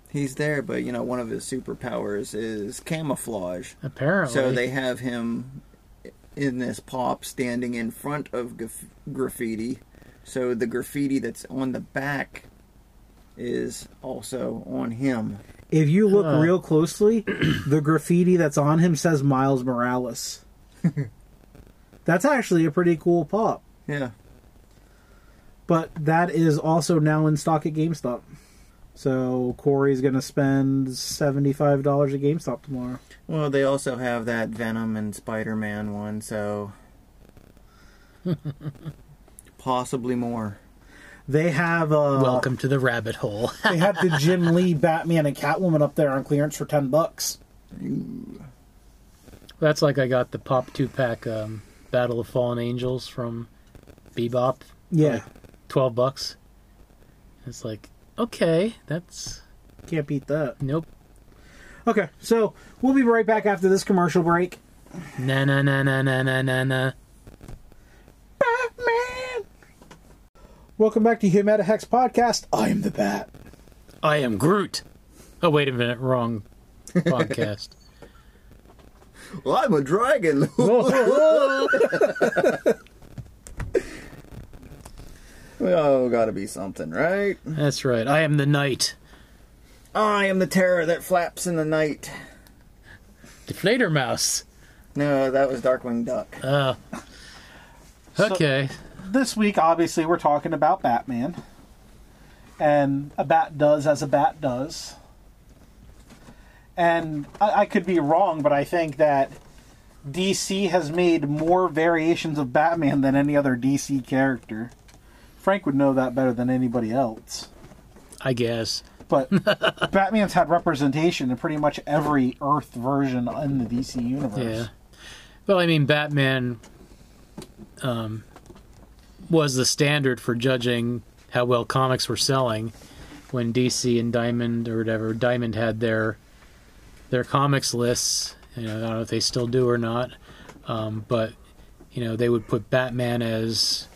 [SPEAKER 6] He's there, but you know, one of his superpowers is camouflage.
[SPEAKER 5] Apparently.
[SPEAKER 6] So they have him in this pop standing in front of graf- graffiti. So the graffiti that's on the back is also on him.
[SPEAKER 4] If you look
[SPEAKER 5] Huh.
[SPEAKER 4] real closely, the graffiti that's on him says Miles Morales. that's actually a pretty cool pop.
[SPEAKER 6] Yeah.
[SPEAKER 4] But that is also now in stock at GameStop. So Corey's going to spend seventy-five dollars at GameStop tomorrow.
[SPEAKER 6] Well, they also have that Venom and Spider Man one, so. Possibly more.
[SPEAKER 4] They have uh,
[SPEAKER 5] Welcome to the rabbit hole.
[SPEAKER 4] they had the Jim Lee Batman and Catwoman up there on clearance for ten bucks.
[SPEAKER 5] That's like I got the pop two pack um, Battle of Fallen Angels from Bebop,
[SPEAKER 4] Yeah,
[SPEAKER 5] twelve bucks. It's like okay, that's
[SPEAKER 4] can't beat that.
[SPEAKER 5] nope.
[SPEAKER 4] Okay, so we'll be right back after this commercial break.
[SPEAKER 5] Na na na na na na na na.
[SPEAKER 4] Batman. Welcome back to Humata Hex Podcast. I am the Bat.
[SPEAKER 5] I am Groot. Oh wait a minute, wrong podcast.
[SPEAKER 6] Well, I'm a dragon! we all gotta be something, right?
[SPEAKER 5] That's right. I am the knight.
[SPEAKER 6] I am the terror that flaps in the night.
[SPEAKER 5] Deflator mouse.
[SPEAKER 6] No, that was Darkwing Duck.
[SPEAKER 5] Uh, okay.
[SPEAKER 4] This week, obviously, we're talking about Batman. And a bat does as a bat does. And I, I could be wrong, but I think that DC has made more variations of Batman than any other DC character. Frank would know that better than anybody else.
[SPEAKER 5] I guess.
[SPEAKER 4] but Batman's had representation in pretty much every Earth version in the DC universe.
[SPEAKER 5] Yeah. Well, I mean, Batman um, was the standard for judging how well comics were selling when DC and Diamond or whatever Diamond had their their comics lists. You know, I don't know if they still do or not, um, but you know they would put Batman as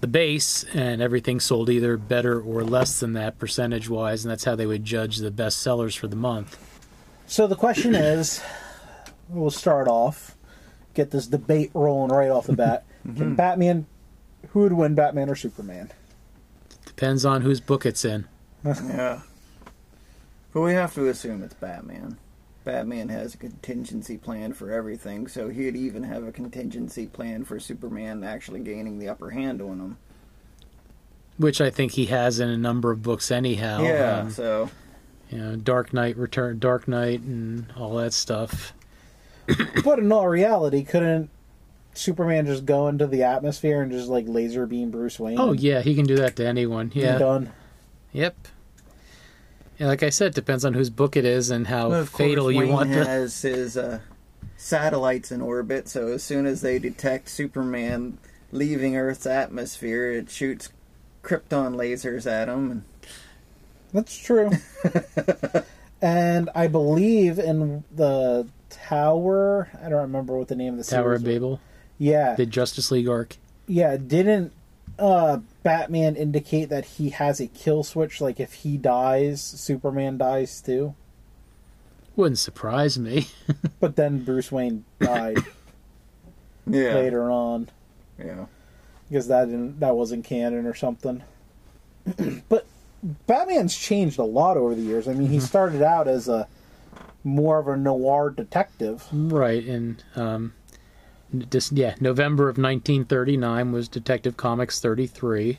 [SPEAKER 5] the base, and everything sold either better or less than that percentage wise, and that's how they would judge the best sellers for the month.
[SPEAKER 4] So the question is, we'll start off, get this debate rolling right off the bat. Can Batman, who would win, Batman or Superman?
[SPEAKER 5] Depends on whose book it's in.
[SPEAKER 6] Yeah. But we have to assume it's Batman. Batman has a contingency plan for everything, so he'd even have a contingency plan for Superman actually gaining the upper hand on him.
[SPEAKER 5] which I think he has in a number of books anyhow.
[SPEAKER 6] yeah,
[SPEAKER 5] Um,
[SPEAKER 6] so
[SPEAKER 5] you know, Dark Knight Return, Dark Knight, and all that stuff.
[SPEAKER 4] but in all reality, couldn't Superman just go into the atmosphere and just like laser beam Bruce Wayne?
[SPEAKER 5] Oh yeah, he can do that to anyone.
[SPEAKER 4] and
[SPEAKER 5] Yeah.
[SPEAKER 4] done.
[SPEAKER 5] Yep. Yeah, like I said, depends on whose book it is and how
[SPEAKER 6] Well, of course,
[SPEAKER 5] fatal you
[SPEAKER 6] Wayne
[SPEAKER 5] want the.
[SPEAKER 6] has his uh, satellites in orbit, so as soon as they detect Superman leaving Earth's atmosphere, it shoots krypton lasers at him. And
[SPEAKER 4] That's true. And I believe in the tower. I don't remember what the name of the
[SPEAKER 5] Tower of
[SPEAKER 4] series was.
[SPEAKER 5] Babel,
[SPEAKER 4] Yeah,
[SPEAKER 5] the Justice League arc.
[SPEAKER 4] yeah. Didn't uh, Batman indicate that he has a kill switch? Like if he dies, Superman dies too.
[SPEAKER 5] Wouldn't surprise me.
[SPEAKER 4] But then Bruce Wayne died
[SPEAKER 6] Yeah.
[SPEAKER 4] later on.
[SPEAKER 6] Yeah.
[SPEAKER 4] because that didn't that wasn't canon or something. but Batman's changed a lot over the years. I mean, he
[SPEAKER 5] Mm-hmm.
[SPEAKER 4] started out as a more of a noir detective.
[SPEAKER 5] right, and um, just yeah, November of 1939 was Detective Comics 33,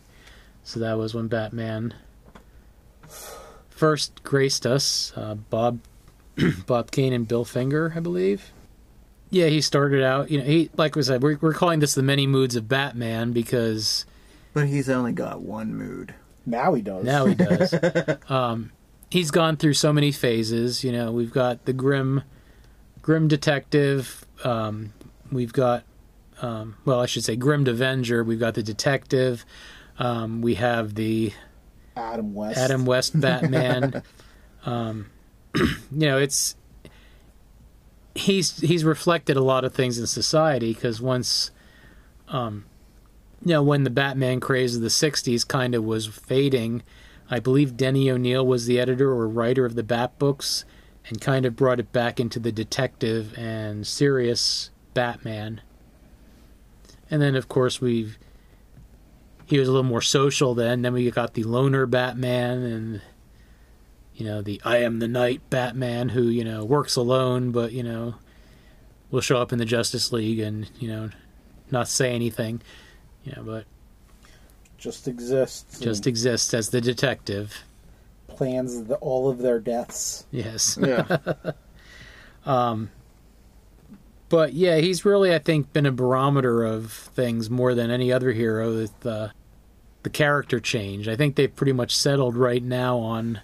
[SPEAKER 5] so that was when Batman first graced us. Uh, Bob, Bob Kane and Bill Finger, I believe. Yeah, he started out. You know, he like we said, we're, we're calling this the many moods of Batman because
[SPEAKER 6] But he's only got one mood.
[SPEAKER 4] Now he does.
[SPEAKER 5] Now he does. um, he's gone through so many phases. You know, we've got the grim, grim detective. Um, we've got, um, well, I should say, grim avenger. We've got the detective. Um, we have the
[SPEAKER 4] Adam West.
[SPEAKER 5] Adam West Batman. um, you know, it's he's he's reflected a lot of things in society because once, um, you know, when the Batman craze of the '60s kind of was fading, I believe Denny O'Neil was the editor or writer of the Bat books and kind of brought it back into the detective and serious Batman. And then, of course, we've he was a little more social then. Then we got the loner Batman and you know the I am the night Batman who you know works alone, but you know will show up in the Justice League and you know not say anything, you know, but
[SPEAKER 4] just exists. and
[SPEAKER 5] just exists as the detective.
[SPEAKER 4] plans the, all of their deaths.
[SPEAKER 5] Yes.
[SPEAKER 6] Yeah.
[SPEAKER 5] But yeah, he's really, I think, been a barometer of things more than any other hero. With the the character change, I think they've pretty much settled right now on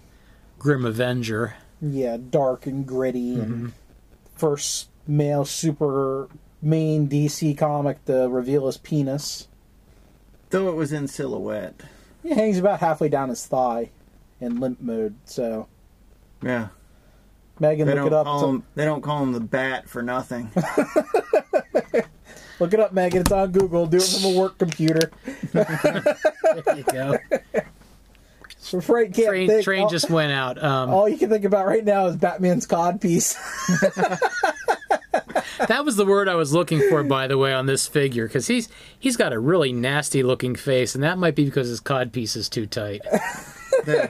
[SPEAKER 5] Grim Avenger.
[SPEAKER 4] Yeah, dark and gritty,
[SPEAKER 6] Mm-hmm.
[SPEAKER 4] and first male super main DC comic to reveal his penis.
[SPEAKER 6] Though it was in silhouette.
[SPEAKER 4] He hangs about halfway down his thigh, in limp mode. So
[SPEAKER 6] Yeah.
[SPEAKER 4] Megan,
[SPEAKER 6] They
[SPEAKER 4] look
[SPEAKER 6] don't,
[SPEAKER 4] it up.
[SPEAKER 6] call
[SPEAKER 4] It's-
[SPEAKER 6] him, they don't call him the bat for nothing.
[SPEAKER 4] Look it up, Megan. It's on Google. Do it from a work computer.
[SPEAKER 5] There you go.
[SPEAKER 4] So Frank can't
[SPEAKER 5] train
[SPEAKER 4] think.
[SPEAKER 5] train
[SPEAKER 4] all,
[SPEAKER 5] just went out. Um,
[SPEAKER 4] all you can think about right now is Batman's cod piece.
[SPEAKER 5] That was the word I was looking for, by the way, on this figure, because he's he's got a really nasty looking face, and that might be because his cod piece is too tight.
[SPEAKER 6] Yeah.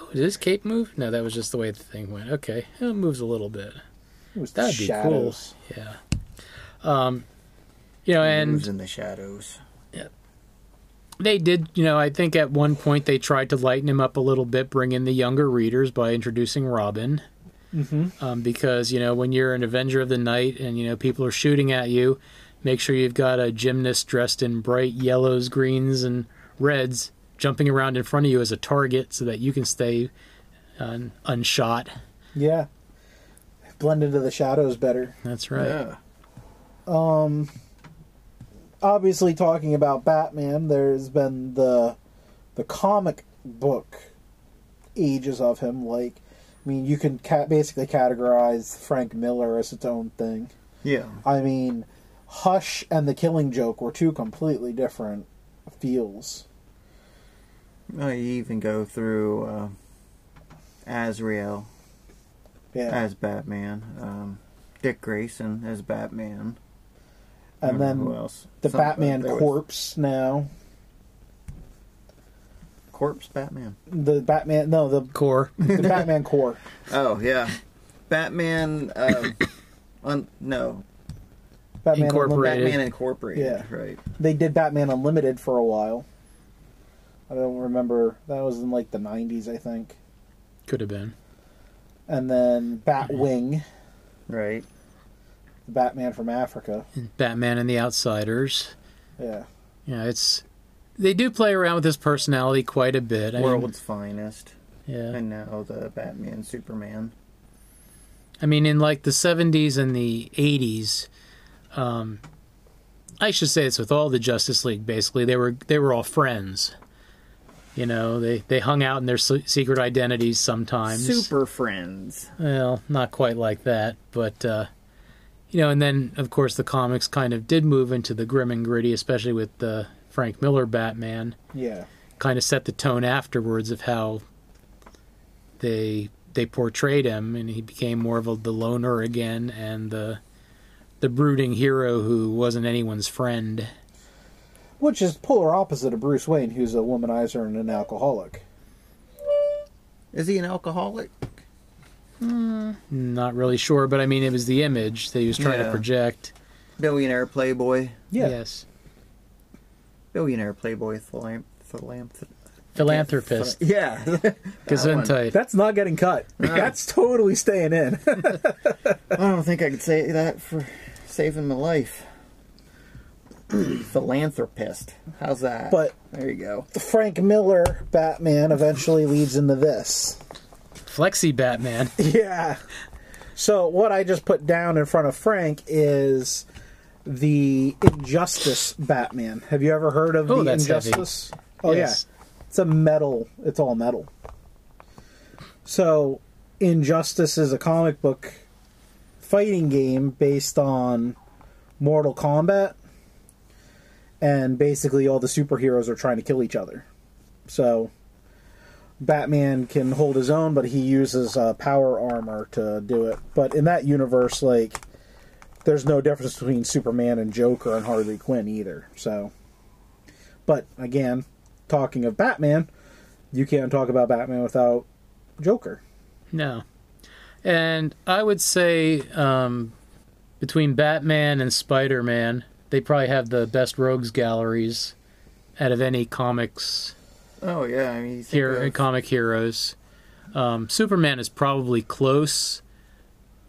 [SPEAKER 5] Oh, did his cape move? No, that was just the way the thing went. Okay, it moves a little bit.
[SPEAKER 4] It was the
[SPEAKER 5] That'd be
[SPEAKER 4] shadows.
[SPEAKER 5] cool. Yeah. Um, you know, and
[SPEAKER 6] Moves in the shadows.
[SPEAKER 5] they did you know i think at one point they tried to lighten him up a little bit bring in the younger readers by introducing robin mm-hmm. um, because you know when you're an avenger of the night and you know people are shooting at you make sure you've got a gymnast dressed in bright yellows greens and reds jumping around in front of you as a target so that you can stay un- unshot
[SPEAKER 4] Yeah. Blend into the shadows better.
[SPEAKER 5] that's right
[SPEAKER 6] Yeah.
[SPEAKER 4] Obviously, talking about Batman, there's been the the comic book ages of him. Like, I mean, you can ca- basically categorize Frank Miller as its own thing.
[SPEAKER 6] Yeah.
[SPEAKER 4] I mean, Hush and The Killing Joke were two completely different feels.
[SPEAKER 6] Well, Oh, you even go through uh, Azrael
[SPEAKER 4] Yeah.
[SPEAKER 6] as Batman, um, Dick Grayson as Batman. I
[SPEAKER 4] and
[SPEAKER 6] don't know who
[SPEAKER 4] then
[SPEAKER 6] else?
[SPEAKER 4] the
[SPEAKER 6] Some-
[SPEAKER 4] Batman
[SPEAKER 6] there was
[SPEAKER 4] corpse now.
[SPEAKER 6] Corpse Batman.
[SPEAKER 4] The Batman, no, the,
[SPEAKER 5] core
[SPEAKER 4] the Batman core.
[SPEAKER 6] Oh yeah, Batman. Um, un, no,
[SPEAKER 4] Batman
[SPEAKER 5] Incorporated.
[SPEAKER 4] Unlimited.
[SPEAKER 5] Right.
[SPEAKER 6] Batman Incorporated.
[SPEAKER 4] Yeah.
[SPEAKER 6] Right.
[SPEAKER 4] They did Batman Unlimited for a while. I don't remember. That was in like the 90s, I think.
[SPEAKER 5] could have been
[SPEAKER 4] And then Batwing,
[SPEAKER 6] Right.
[SPEAKER 4] the Batman from Africa.
[SPEAKER 5] batman and the outsiders
[SPEAKER 4] Yeah.
[SPEAKER 5] you know it's they do play around with his personality quite a bit I mean,
[SPEAKER 6] World's finest,
[SPEAKER 5] yeah
[SPEAKER 6] and now the Batman Superman.
[SPEAKER 5] I mean, in like the 70s and the 80s, um, I should say it's with all the Justice League. Basically, they were they were all friends. You know, they, they hung out in their se- secret identities sometimes.
[SPEAKER 6] Super Friends.
[SPEAKER 5] Well, not quite like that, but uh, you know. And then, of course, the comics kind of did move into the grim and gritty, especially with the Frank Miller Batman.
[SPEAKER 4] Yeah.
[SPEAKER 5] Kind of set the tone afterwards of how they they portrayed him, and he became more of a, the loner again, and the the brooding hero who wasn't anyone's friend.
[SPEAKER 4] Which is polar opposite of Bruce Wayne, who's a womanizer and an alcoholic.
[SPEAKER 6] Is he an alcoholic?
[SPEAKER 5] Not really sure, but I mean, it was the image that he was trying to
[SPEAKER 6] Yeah.
[SPEAKER 5] project.
[SPEAKER 6] Billionaire Playboy.
[SPEAKER 4] Yeah.
[SPEAKER 5] Yes,
[SPEAKER 6] Billionaire Playboy philam- philanth-
[SPEAKER 5] philanthropist,
[SPEAKER 6] Yeah. That one.
[SPEAKER 5] gesundheit.
[SPEAKER 4] That's not getting cut. That's totally staying in.
[SPEAKER 6] I don't think I could say that for saving my life. Philanthropist. How's that?
[SPEAKER 4] But-
[SPEAKER 6] there you go.
[SPEAKER 4] Frank Miller Batman eventually leads into this.
[SPEAKER 5] Flexi Batman.
[SPEAKER 4] Yeah. So what I just put down in front of Frank is the Injustice Batman. Have you ever heard of
[SPEAKER 5] Oh,
[SPEAKER 4] the
[SPEAKER 5] that's heavy.
[SPEAKER 4] Injustice? Oh
[SPEAKER 5] Yes.
[SPEAKER 4] yeah. It's a metal. It's all metal. So Injustice is a comic book fighting game based on Mortal Kombat. And basically all the superheroes are trying to kill each other. So Batman can hold his own, but he uses uh, power armor to do it. But in that universe, like, there's no difference between Superman and Joker and Harley Quinn either. So, but again, talking of Batman, you can't talk about Batman without Joker.
[SPEAKER 5] No. And I would say um, between Batman and Spider Man, they probably have the best rogues galleries out of any comics
[SPEAKER 6] Oh yeah, I mean you think
[SPEAKER 5] here
[SPEAKER 6] of-
[SPEAKER 5] comic heroes. Um, Superman is probably close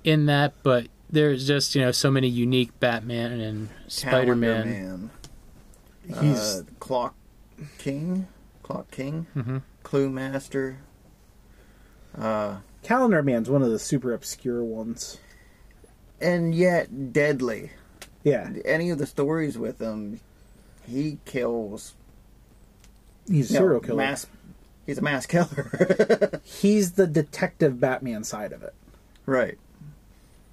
[SPEAKER 5] in that, but there's just you know so many unique Batman and Spider Man.
[SPEAKER 6] Calendar Man.
[SPEAKER 4] He's-
[SPEAKER 6] uh, Clock King, Clock King,
[SPEAKER 5] Mm-hmm.
[SPEAKER 6] Clue Master.
[SPEAKER 4] Calendar Man's one of the super obscure ones.
[SPEAKER 6] and yet deadly.
[SPEAKER 4] Yeah,
[SPEAKER 6] Any of the stories with him, he kills
[SPEAKER 4] he's a
[SPEAKER 6] you know,
[SPEAKER 4] serial killer.
[SPEAKER 6] Mass, he's a mass killer,
[SPEAKER 4] He's the detective Batman side of it.
[SPEAKER 6] right?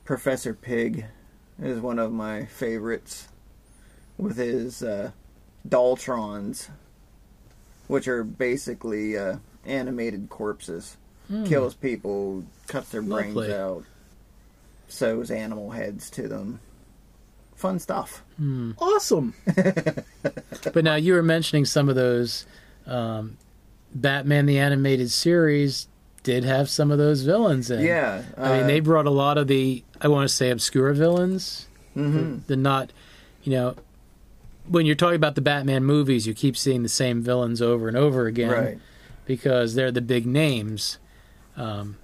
[SPEAKER 6] Professor Pig is one of my favorites with his uh, Daltrons, which are basically uh, animated corpses. Kills people, cuts their brains
[SPEAKER 5] Hmm. Lovely.
[SPEAKER 6] out, sews animal heads to them. Fun stuff.
[SPEAKER 4] Awesome.
[SPEAKER 5] But now you were mentioning some of those. Um, Batman the animated series did have some of those villains in.
[SPEAKER 6] Yeah,
[SPEAKER 5] I mean,
[SPEAKER 6] uh,
[SPEAKER 5] they brought a lot of the I want to say obscure villains.
[SPEAKER 6] Mhm.
[SPEAKER 5] The not, you know, when you're talking about the Batman movies, you keep seeing the same villains over and over again
[SPEAKER 6] Right.
[SPEAKER 5] because they're the big names. Um,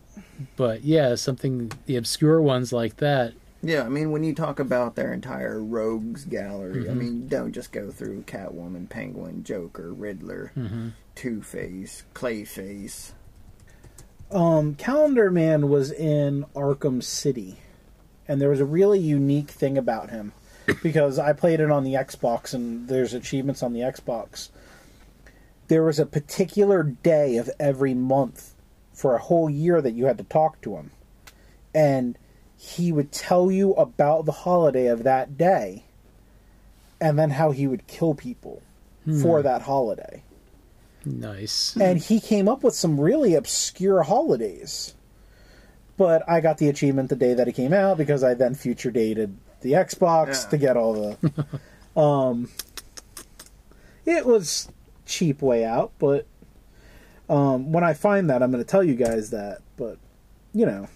[SPEAKER 5] but yeah, something the obscure ones like that.
[SPEAKER 6] Yeah, I mean, when you talk about their entire rogues gallery, I mean, you don't just go through Catwoman, Penguin, Joker, Riddler, Two Face, Clayface.
[SPEAKER 4] um, Calendar Man was in Arkham City, and there was a really unique thing about him because I played it on the Xbox, and there's achievements on the Xbox. There was a particular day of every month for a whole year that you had to talk to him, and he would tell you about the holiday of that day, and then how he would kill people for that holiday
[SPEAKER 5] Nice.
[SPEAKER 4] and he came up with some really obscure holidays. But I got the achievement the day that it came out because I then future dated the Xbox
[SPEAKER 6] Yeah.
[SPEAKER 4] to get all the. um, it was cheap way out, but um, when I find that, I'm going to tell you guys that. But you know,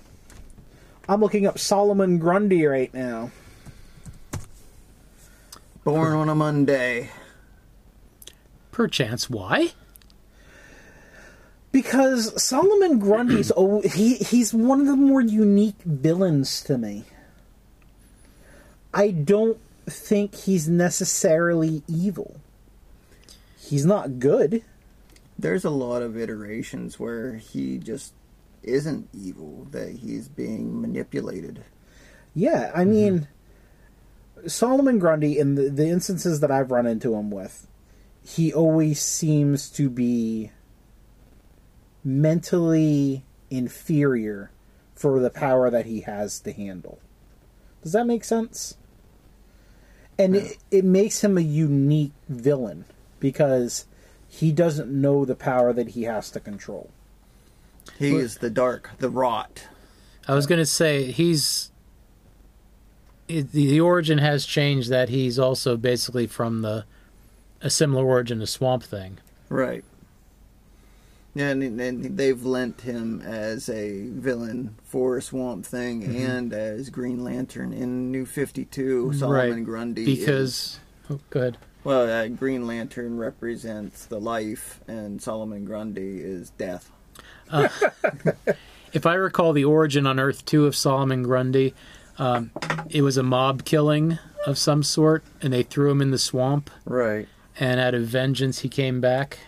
[SPEAKER 4] I'm looking up Solomon Grundy right now.
[SPEAKER 6] Born on a Monday.
[SPEAKER 5] Perchance, why?
[SPEAKER 4] Because Solomon Grundy's oh, he he's one of the more unique villains to me. I don't think he's necessarily evil. He's not good.
[SPEAKER 6] There's a lot of iterations where he just isn't evil, that he's being manipulated.
[SPEAKER 4] Yeah, I mean Solomon Grundy in the, the instances that I've run into him with, he always seems to be mentally inferior for the power that he has to handle. Does that make sense? And it, it makes him a unique villain because he doesn't know the power that he has to control.
[SPEAKER 6] He is the dark, the rot.
[SPEAKER 5] I was going to say he's it, the, the origin has changed that he's also basically from the a similar origin to Swamp Thing.
[SPEAKER 6] Right. Yeah, and, and they've lent him as a villain for Swamp Thing and as Green Lantern in New 52. Solomon Grundy. is-
[SPEAKER 5] because oh, go ahead.
[SPEAKER 6] well, uh, Green Lantern represents the life, and Solomon Grundy is death.
[SPEAKER 5] If I recall the origin on Earth 2 of Solomon Grundy, um, it was a mob killing of some sort, and they threw him in the swamp,
[SPEAKER 6] Right.
[SPEAKER 5] and out of vengeance, he came back.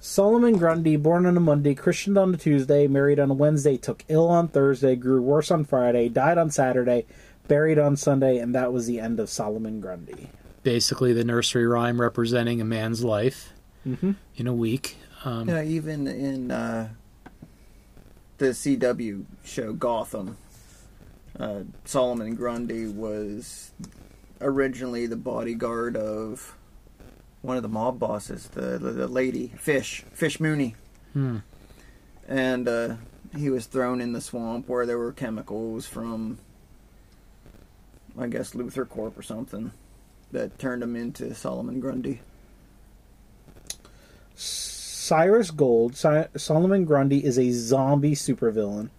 [SPEAKER 4] Solomon Grundy, born on a Monday, christened on a Tuesday, married on a Wednesday, took ill on Thursday, grew worse on Friday, died on Saturday, buried on Sunday, and that was the end of Solomon Grundy.
[SPEAKER 5] Basically, the nursery rhyme representing a man's life in a week. Um,
[SPEAKER 6] Yeah, even in uh, the CW show Gotham, uh, Solomon Grundy was originally the bodyguard of one of the mob bosses, the the, the lady Fish Fish Mooney, and uh, he was thrown in the swamp where there were chemicals from, I guess Luther Corp or something, that turned him into Solomon Grundy.
[SPEAKER 4] Cyrus Gold, Si- Solomon Grundy is a zombie supervillain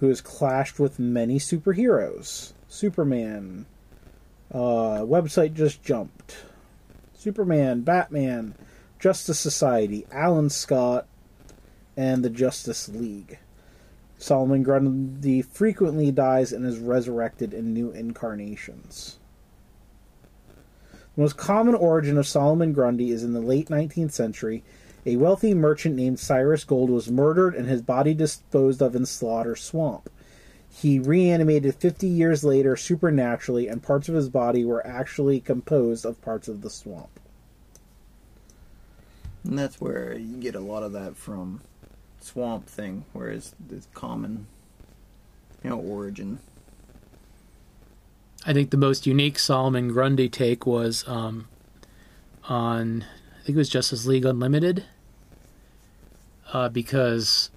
[SPEAKER 4] who has clashed with many superheroes. Superman. Uh, website just jumped. Superman, Batman, Justice Society, Alan Scott, and the Justice League. Solomon Grundy frequently dies and is resurrected in new incarnations. The most common origin of Solomon Grundy is in the late 19th century. A wealthy merchant named Cyrus Gold was murdered and his body disposed of in Slaughter Swamp. He reanimated 50 years later supernaturally, and parts of his body were actually composed of parts of the swamp.
[SPEAKER 6] And that's where you get a lot of that from Swamp Thing, where it's, it's common, you know, origin.
[SPEAKER 5] I think the most unique Solomon Grundy take was um, on, I think it was Justice League Unlimited, uh, because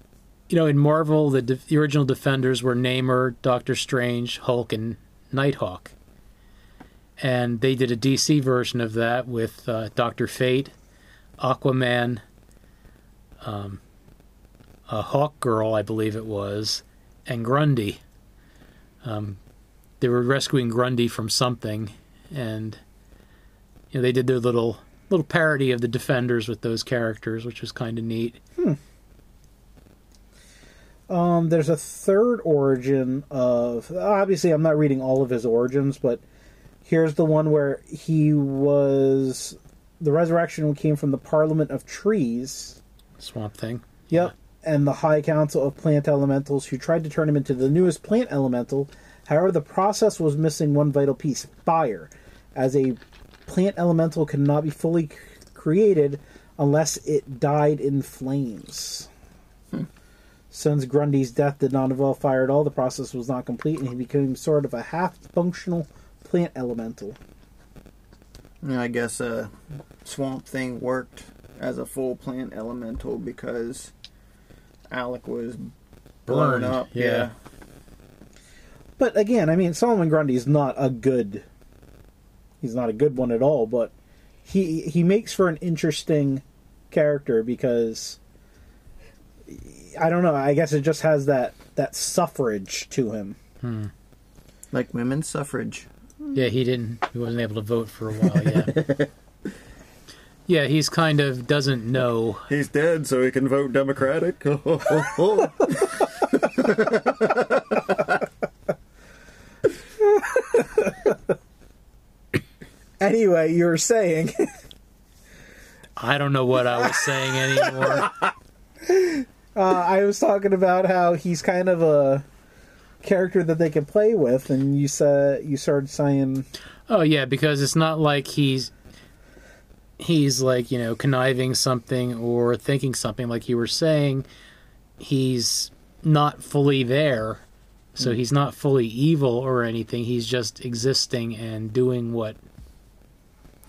[SPEAKER 5] you know in Marvel the, de- the original Defenders were Namor, Doctor Strange, Hulk, and Nighthawk, and they did a DC version of that with uh, Doctor Fate, Aquaman, um, a Hawk Girl, I believe it was, and Grundy they were rescuing Grundy from something, and you know they did their little little parody of the Defenders with those characters, which was kind of neat.
[SPEAKER 4] Um, there's a third origin of. Obviously, I'm not reading all of his origins, but here's the one where he was. The resurrection came from the Parliament of Trees.
[SPEAKER 5] Swamp Thing.
[SPEAKER 4] Yep. And the High Council of Plant Elementals, who tried to turn him into the newest plant elemental. However, the process was missing one vital piece fire, as a plant elemental could not be fully c- created unless it died in flames. Since Grundy's death did not involve fire at all, the process was not complete, and he became sort of a half functional plant elemental.
[SPEAKER 6] And I guess uh, Swamp Thing worked as a full plant elemental because Alec was blown
[SPEAKER 5] Burned,
[SPEAKER 6] up.
[SPEAKER 5] yeah.
[SPEAKER 6] Yeah.
[SPEAKER 4] But again, I mean, Solomon Grundy's not a good. He's not a good one at all, but he he makes for an interesting character because I don't know. I guess it just has that that suffrage to him.
[SPEAKER 6] Like women's suffrage.
[SPEAKER 5] Yeah, he didn't. He wasn't able to vote for a while. Yeah. yeah, he's kind of doesn't know.
[SPEAKER 6] He's dead, so he can vote Democratic.
[SPEAKER 4] Anyway, you were saying
[SPEAKER 5] I don't know what I was saying anymore.
[SPEAKER 4] uh, I was talking about how he's kind of a character that they can play with, and you said you started saying
[SPEAKER 5] Oh yeah, because it's not like he's he's like you know conniving something or thinking something like you were saying he's not fully there so
[SPEAKER 6] Mm.
[SPEAKER 5] he's not fully evil or anything he's just existing and doing what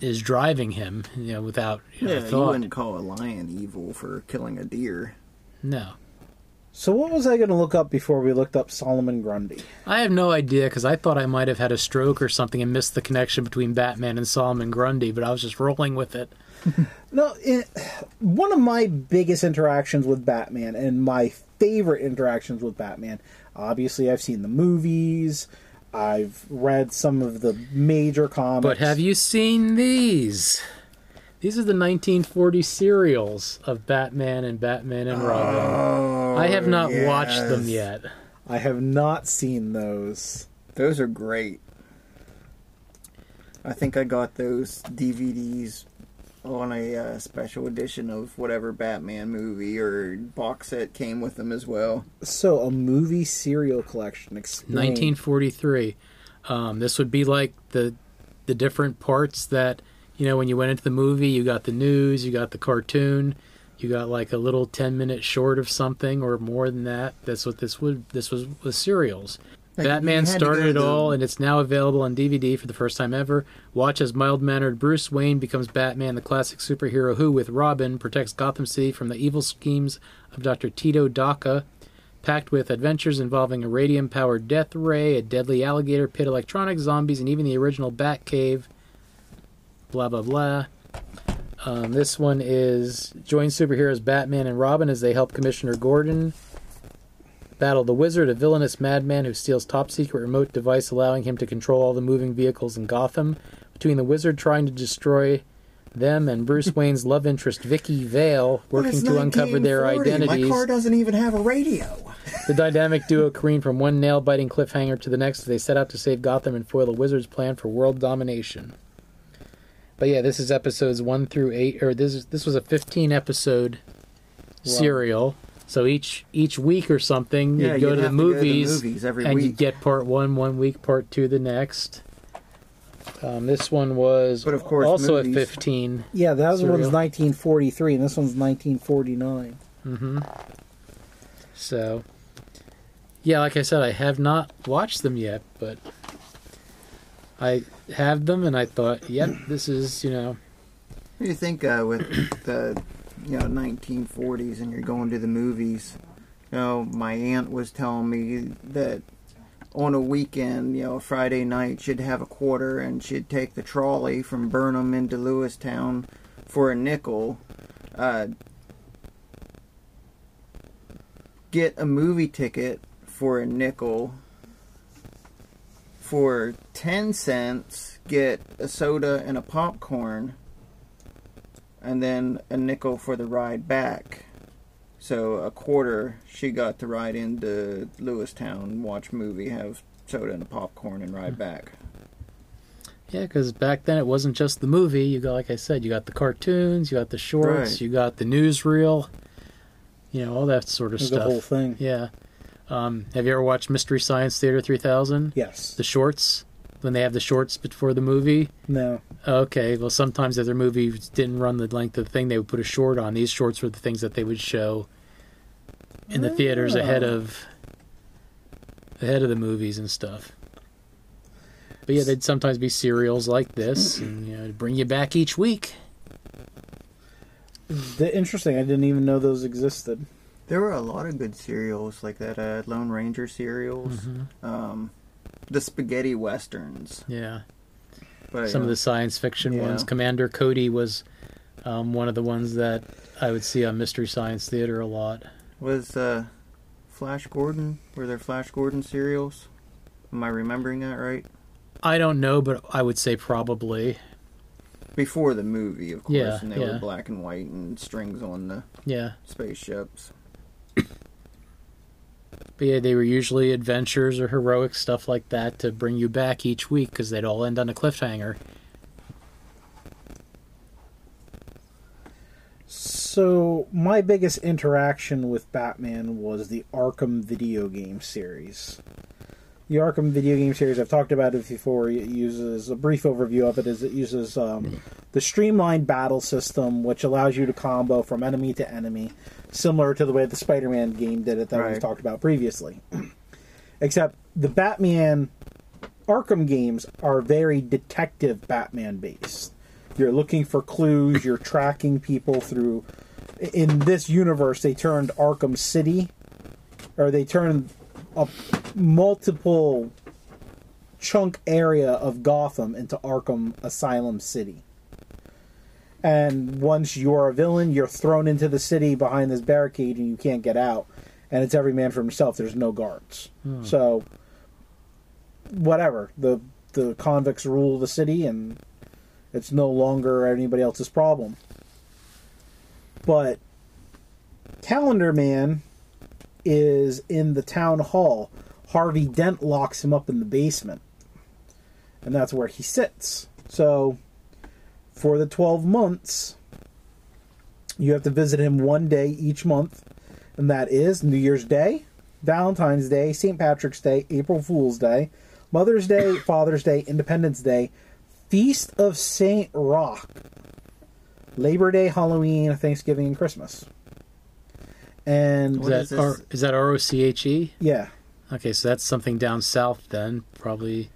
[SPEAKER 5] is driving him you know without you know,
[SPEAKER 6] Yeah, you
[SPEAKER 5] thought
[SPEAKER 6] wouldn't call a lion evil for killing a deer.
[SPEAKER 5] no
[SPEAKER 4] So what was I going to look up before we looked up Solomon Grundy?
[SPEAKER 5] I have no idea because I thought I might have had a stroke or something and missed the connection between Batman and Solomon Grundy, but I was just rolling with it.
[SPEAKER 4] No, it, one of my biggest interactions with Batman and my favorite interactions with Batman. Obviously, I've seen the movies. I've read some of the major comics.
[SPEAKER 5] But have you seen these? These are the 1940 serials of Batman and Batman and Robin. I have not watched them yet.
[SPEAKER 4] I have not seen those.
[SPEAKER 6] Those are great. I think I got those DVDs on a uh, special edition of whatever Batman movie or box set came with them as well.
[SPEAKER 4] So a movie serial collection. Explain.
[SPEAKER 5] 1943. Um, this would be like the the different parts that you know when you went into the movie, you got the news, you got the cartoon, you got like a little 10 minute short of something or more than that. That's what this would this was with serials.
[SPEAKER 6] Like,
[SPEAKER 5] Batman
[SPEAKER 6] you had to go
[SPEAKER 5] started
[SPEAKER 6] to
[SPEAKER 5] it
[SPEAKER 6] the-
[SPEAKER 5] all, and it's now available on DVD for the first time ever. Watch as mild mannered Bruce Wayne becomes Batman, the classic superhero who, with Robin, protects Gotham City from the evil schemes of Dr. Tito Daka, packed with adventures involving a radium powered death ray, a deadly alligator pit, electronic zombies, and even the original Batcave. Blah, blah, blah. Um, this one is join superheroes Batman and Robin as they help Commissioner Gordon battle the wizard, a villainous madman who steals top secret remote device allowing him to control all the moving vehicles in Gotham. Between the wizard trying to destroy them and Bruce Wayne's love interest Vicky Vale working to uncover their identities.
[SPEAKER 6] My car doesn't even have a radio.
[SPEAKER 5] The dynamic duo careen from one nail biting cliffhanger to the next as they set out to save Gotham and foil the wizard's plan for world domination. But yeah, this is episodes one through eight, or this is, this was a fifteen episode serial. So each each week or something,
[SPEAKER 6] Yeah,
[SPEAKER 5] you'd go
[SPEAKER 6] you'd
[SPEAKER 5] to the
[SPEAKER 6] have to go to the
[SPEAKER 5] movies,
[SPEAKER 6] movies every
[SPEAKER 5] and
[SPEAKER 6] week.
[SPEAKER 5] you'd get part one one week, part two the next. Um, this one was
[SPEAKER 6] But of course,
[SPEAKER 5] also
[SPEAKER 6] movies-
[SPEAKER 5] at fifteen.
[SPEAKER 4] Yeah, that one's
[SPEAKER 5] Serial.
[SPEAKER 4] 1943, and this one's 1949.
[SPEAKER 5] Mm-hmm. So, yeah, like I said, I have not watched them yet, but I have them, and I thought, yep, this is you know,
[SPEAKER 6] What do you think uh, with the you know 1940s and you're going to the movies? You know, my aunt was telling me that on a weekend, you know, Friday night, she'd have a quarter and she'd take the trolley from Burnham into Lewistown for a nickel. Uh, get a movie ticket for a nickel. For 10 cents, get a soda and a popcorn and then a nickel for the ride back. So a quarter she got to ride into Lewistown, watch movie, have soda and a popcorn, and
[SPEAKER 5] Hmm.
[SPEAKER 6] ride back.
[SPEAKER 5] yeah, because back then it wasn't just the movie. You got, like I said, you got the cartoons, you got the shorts,
[SPEAKER 6] Right.
[SPEAKER 5] you got the newsreel, you know, all that sort of
[SPEAKER 4] There's
[SPEAKER 5] stuff.
[SPEAKER 4] the whole thing.
[SPEAKER 5] Yeah. Um, have you ever watched Mystery Science Theater 3000?
[SPEAKER 4] Yes.
[SPEAKER 5] The shorts when they have the shorts before the movie.
[SPEAKER 4] No.
[SPEAKER 5] Okay, well, sometimes if their movies didn't run the length of the thing, they would put a short on. These shorts were the things that they would show in the theaters ahead of ahead of the movies and stuff. But yeah, they'd sometimes be serials like this, and you know, it'd bring you back each week.
[SPEAKER 4] The, interesting. I didn't even know those existed.
[SPEAKER 6] There were a lot of good cereals like that uh, Lone Ranger cereals,
[SPEAKER 5] Mm-hmm.
[SPEAKER 6] um, the spaghetti westerns.
[SPEAKER 5] Yeah,
[SPEAKER 6] But,
[SPEAKER 5] some
[SPEAKER 6] you
[SPEAKER 5] of
[SPEAKER 6] know,
[SPEAKER 5] the science fiction
[SPEAKER 6] Oh, Yeah.
[SPEAKER 5] ones. Commander Cody was um, one of the ones that I would see on Mystery Science Theater a lot.
[SPEAKER 6] was uh, Flash Gordon. Were there Flash Gordon cereals? Am I remembering that right?
[SPEAKER 5] I don't know, but I would say probably.
[SPEAKER 6] Before the movie, of course,
[SPEAKER 5] Yeah,
[SPEAKER 6] and they
[SPEAKER 5] yeah.
[SPEAKER 6] were black and white and strings on the
[SPEAKER 5] Yeah.
[SPEAKER 6] spaceships.
[SPEAKER 5] But yeah, they were usually adventures or heroic stuff like that to bring you back each week because they'd all end on a cliffhanger.
[SPEAKER 4] So my biggest interaction with Batman was the Arkham video game series. The Arkham video game series, I've talked about it before, it uses a brief overview of it is it uses um, the streamlined battle system, which allows you to combo from enemy to enemy, similar to the way the Spider Man game did it that we've
[SPEAKER 6] Right.
[SPEAKER 4] talked about previously. Except the Batman Arkham games are very detective Batman based. You're looking for clues, you're tracking people through. In this universe, they turned Arkham City, or they turned a multiple chunk area of Gotham into Arkham Asylum City. And once you're a villain, you're thrown into the city behind this barricade and you can't get out. And it's every man for himself. There's no guards. So, whatever. The, the convicts rule the city and it's no longer anybody else's problem. But Calendar Man is in the town hall. Harvey Dent locks him up in the basement, and that's where he sits. So, for the 12 months, you have to visit him one day each month, and that is New Year's Day, Valentine's Day, St. Patrick's Day, April Fool's Day, Mother's Day, Father's Day, Independence Day, Feast of St. Rock, Labor Day, Halloween, Thanksgiving, and Christmas. And
[SPEAKER 6] What
[SPEAKER 5] Is
[SPEAKER 6] is
[SPEAKER 5] that
[SPEAKER 6] this?
[SPEAKER 5] R- is that R O C H E?
[SPEAKER 4] yeah.
[SPEAKER 5] Okay, so that's something down south then, probably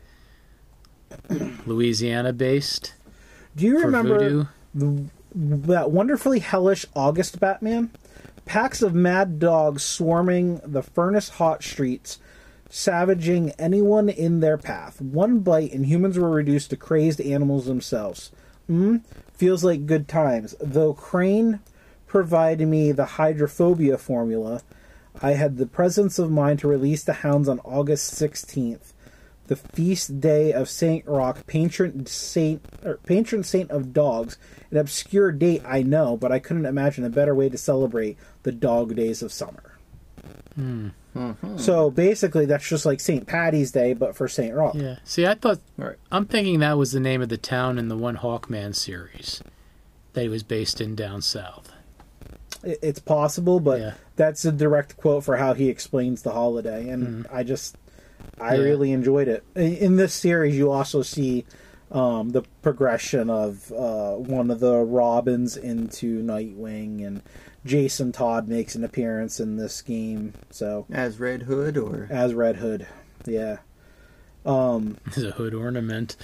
[SPEAKER 5] Louisiana based
[SPEAKER 4] Do you
[SPEAKER 5] for voodoo.
[SPEAKER 4] remember that wonderfully hellish August Batman? Packs of mad dogs swarming the furnace hot streets, savaging anyone in their path. One bite, and humans were reduced to crazed animals themselves. Mm, feels like good times. Though Crane provided me the hydrophobia formula, I had the presence of mind to release the hounds on August 16th, the feast day of Saint Rock, patron saint or patron saint of dogs. An obscure date, I know, but I couldn't imagine a better way to celebrate the dog days of summer. So basically, that's just like Saint Patty's Day, but for Saint Rock.
[SPEAKER 5] Yeah. See, I thought
[SPEAKER 6] All right.
[SPEAKER 5] I'm thinking that was the name of the town in the one Hawkman series that he was based in down south.
[SPEAKER 4] It- It's possible, but
[SPEAKER 5] Yeah.
[SPEAKER 4] that's a direct quote for how he explains the holiday, and I just I
[SPEAKER 5] Hmm. Yeah.
[SPEAKER 4] really enjoyed it. In- In this series, you also see um, the progression of uh, one of the Robins into Nightwing, and Jason Todd makes an appearance in this game. So
[SPEAKER 6] As Red Hood or
[SPEAKER 4] as Red Hood, yeah.
[SPEAKER 5] It's a hood ornament.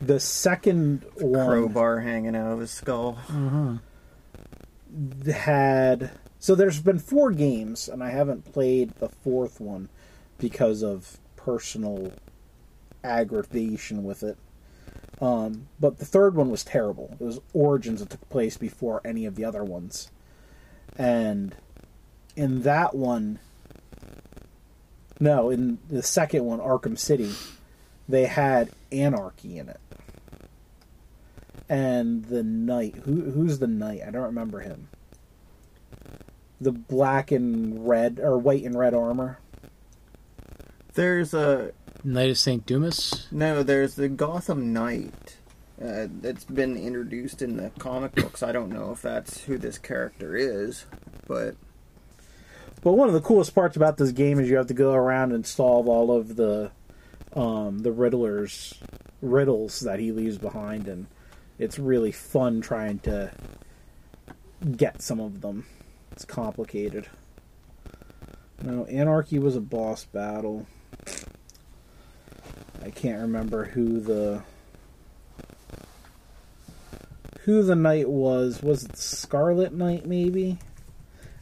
[SPEAKER 4] The second one
[SPEAKER 6] crowbar hanging out of his skull.
[SPEAKER 4] had so there's been four games and I haven't played the fourth one because of personal aggravation with it. Um, but the third one was terrible. It was Origins that took place before any of the other ones. And in that one no, in the second one, Arkham City, they had anarchy in it. And the knight, who who's the knight? I don't remember him the black and red or white and red armor.
[SPEAKER 6] There's a
[SPEAKER 5] Knight of St. Dumas?
[SPEAKER 6] no. There's the Gotham Knight uh, that's been introduced in the comic books. I don't know if that's who this character is, but
[SPEAKER 4] But one of the coolest parts about this game is you have to go around and solve all of the um, the Riddler's riddles that he leaves behind, and it's really fun trying to get some of them. It's complicated. No, Anarchy was a boss battle. I can't remember who the who the knight was. Was it Scarlet Knight? Maybe.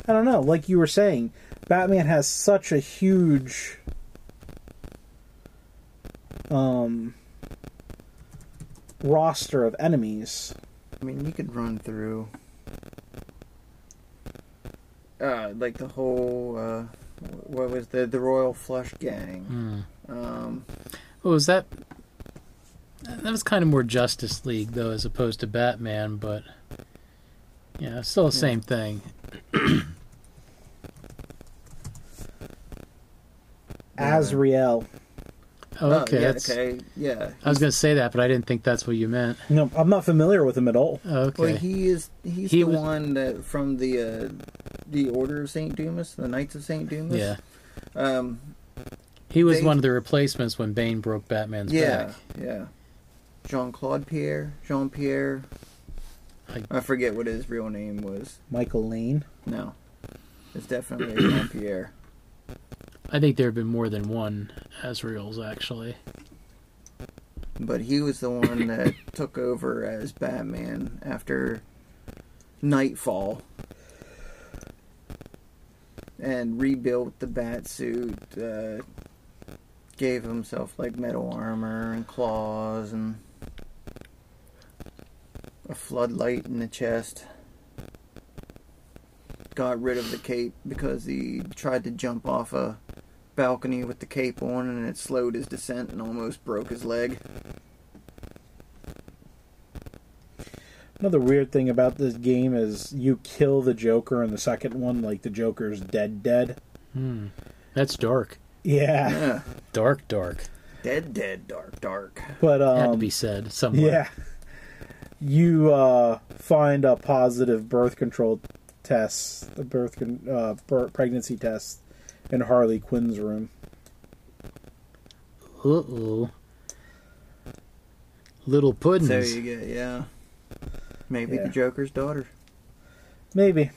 [SPEAKER 4] I don't know. Like you were saying, Batman has such a huge um, roster of enemies.
[SPEAKER 6] I mean, you could run through uh, like the whole uh, what was the the Royal Flush Gang.
[SPEAKER 5] Hmm.
[SPEAKER 6] Um,
[SPEAKER 5] What was that? That was kind of more Justice League, though, as opposed to Batman, but. Yeah, it's still the same thing.
[SPEAKER 4] Azrael.
[SPEAKER 5] Oh, okay.
[SPEAKER 6] oh, yeah,
[SPEAKER 5] that's-
[SPEAKER 6] okay, yeah.
[SPEAKER 5] I was going to say that, but I didn't think that's what you meant.
[SPEAKER 4] No, I'm not familiar with him at all.
[SPEAKER 5] Oh, Okay.
[SPEAKER 6] Well, he is he's
[SPEAKER 5] He
[SPEAKER 6] the
[SPEAKER 5] was-
[SPEAKER 6] one that from the uh, the Order of Saint Dumas, the Knights of Saint Dumas.
[SPEAKER 5] yeah.
[SPEAKER 6] Um,
[SPEAKER 5] He was
[SPEAKER 6] Thing-
[SPEAKER 5] one of the replacements when Bane broke Batman's
[SPEAKER 6] Yeah,
[SPEAKER 5] back.
[SPEAKER 6] yeah. Jean Claude Pierre, Jean Pierre.
[SPEAKER 5] I-
[SPEAKER 6] I forget what his real name was.
[SPEAKER 4] Michael Lane.
[SPEAKER 6] No, it's definitely Jean Pierre.
[SPEAKER 5] I think there have been more than one Azrael's actually.
[SPEAKER 6] But he was the one that took over as Batman after Nightfall and rebuilt the bat suit. Uh, gave himself like metal armor and claws and a floodlight in the chest. Got rid of the cape because he tried to jump off a balcony with the cape on and it slowed his descent and almost broke his leg.
[SPEAKER 4] Another weird thing about this game is you kill the Joker in the second one, like the Joker's dead, dead.
[SPEAKER 5] That's dark,
[SPEAKER 4] Yeah,
[SPEAKER 6] Yeah.
[SPEAKER 5] dark, dark.
[SPEAKER 6] Dead, dead, dark, dark.
[SPEAKER 4] but um,
[SPEAKER 5] Had to be said somewhere.
[SPEAKER 4] Yeah. You uh, find a positive birth control test, the birth con- uh, bir- pregnancy test, in Harley Quinn's room.
[SPEAKER 5] Uh oh. Little
[SPEAKER 6] So
[SPEAKER 5] puddings.
[SPEAKER 6] you get, yeah. Maybe
[SPEAKER 4] Hmm. Yeah.
[SPEAKER 6] the Joker's daughter.
[SPEAKER 4] Maybe.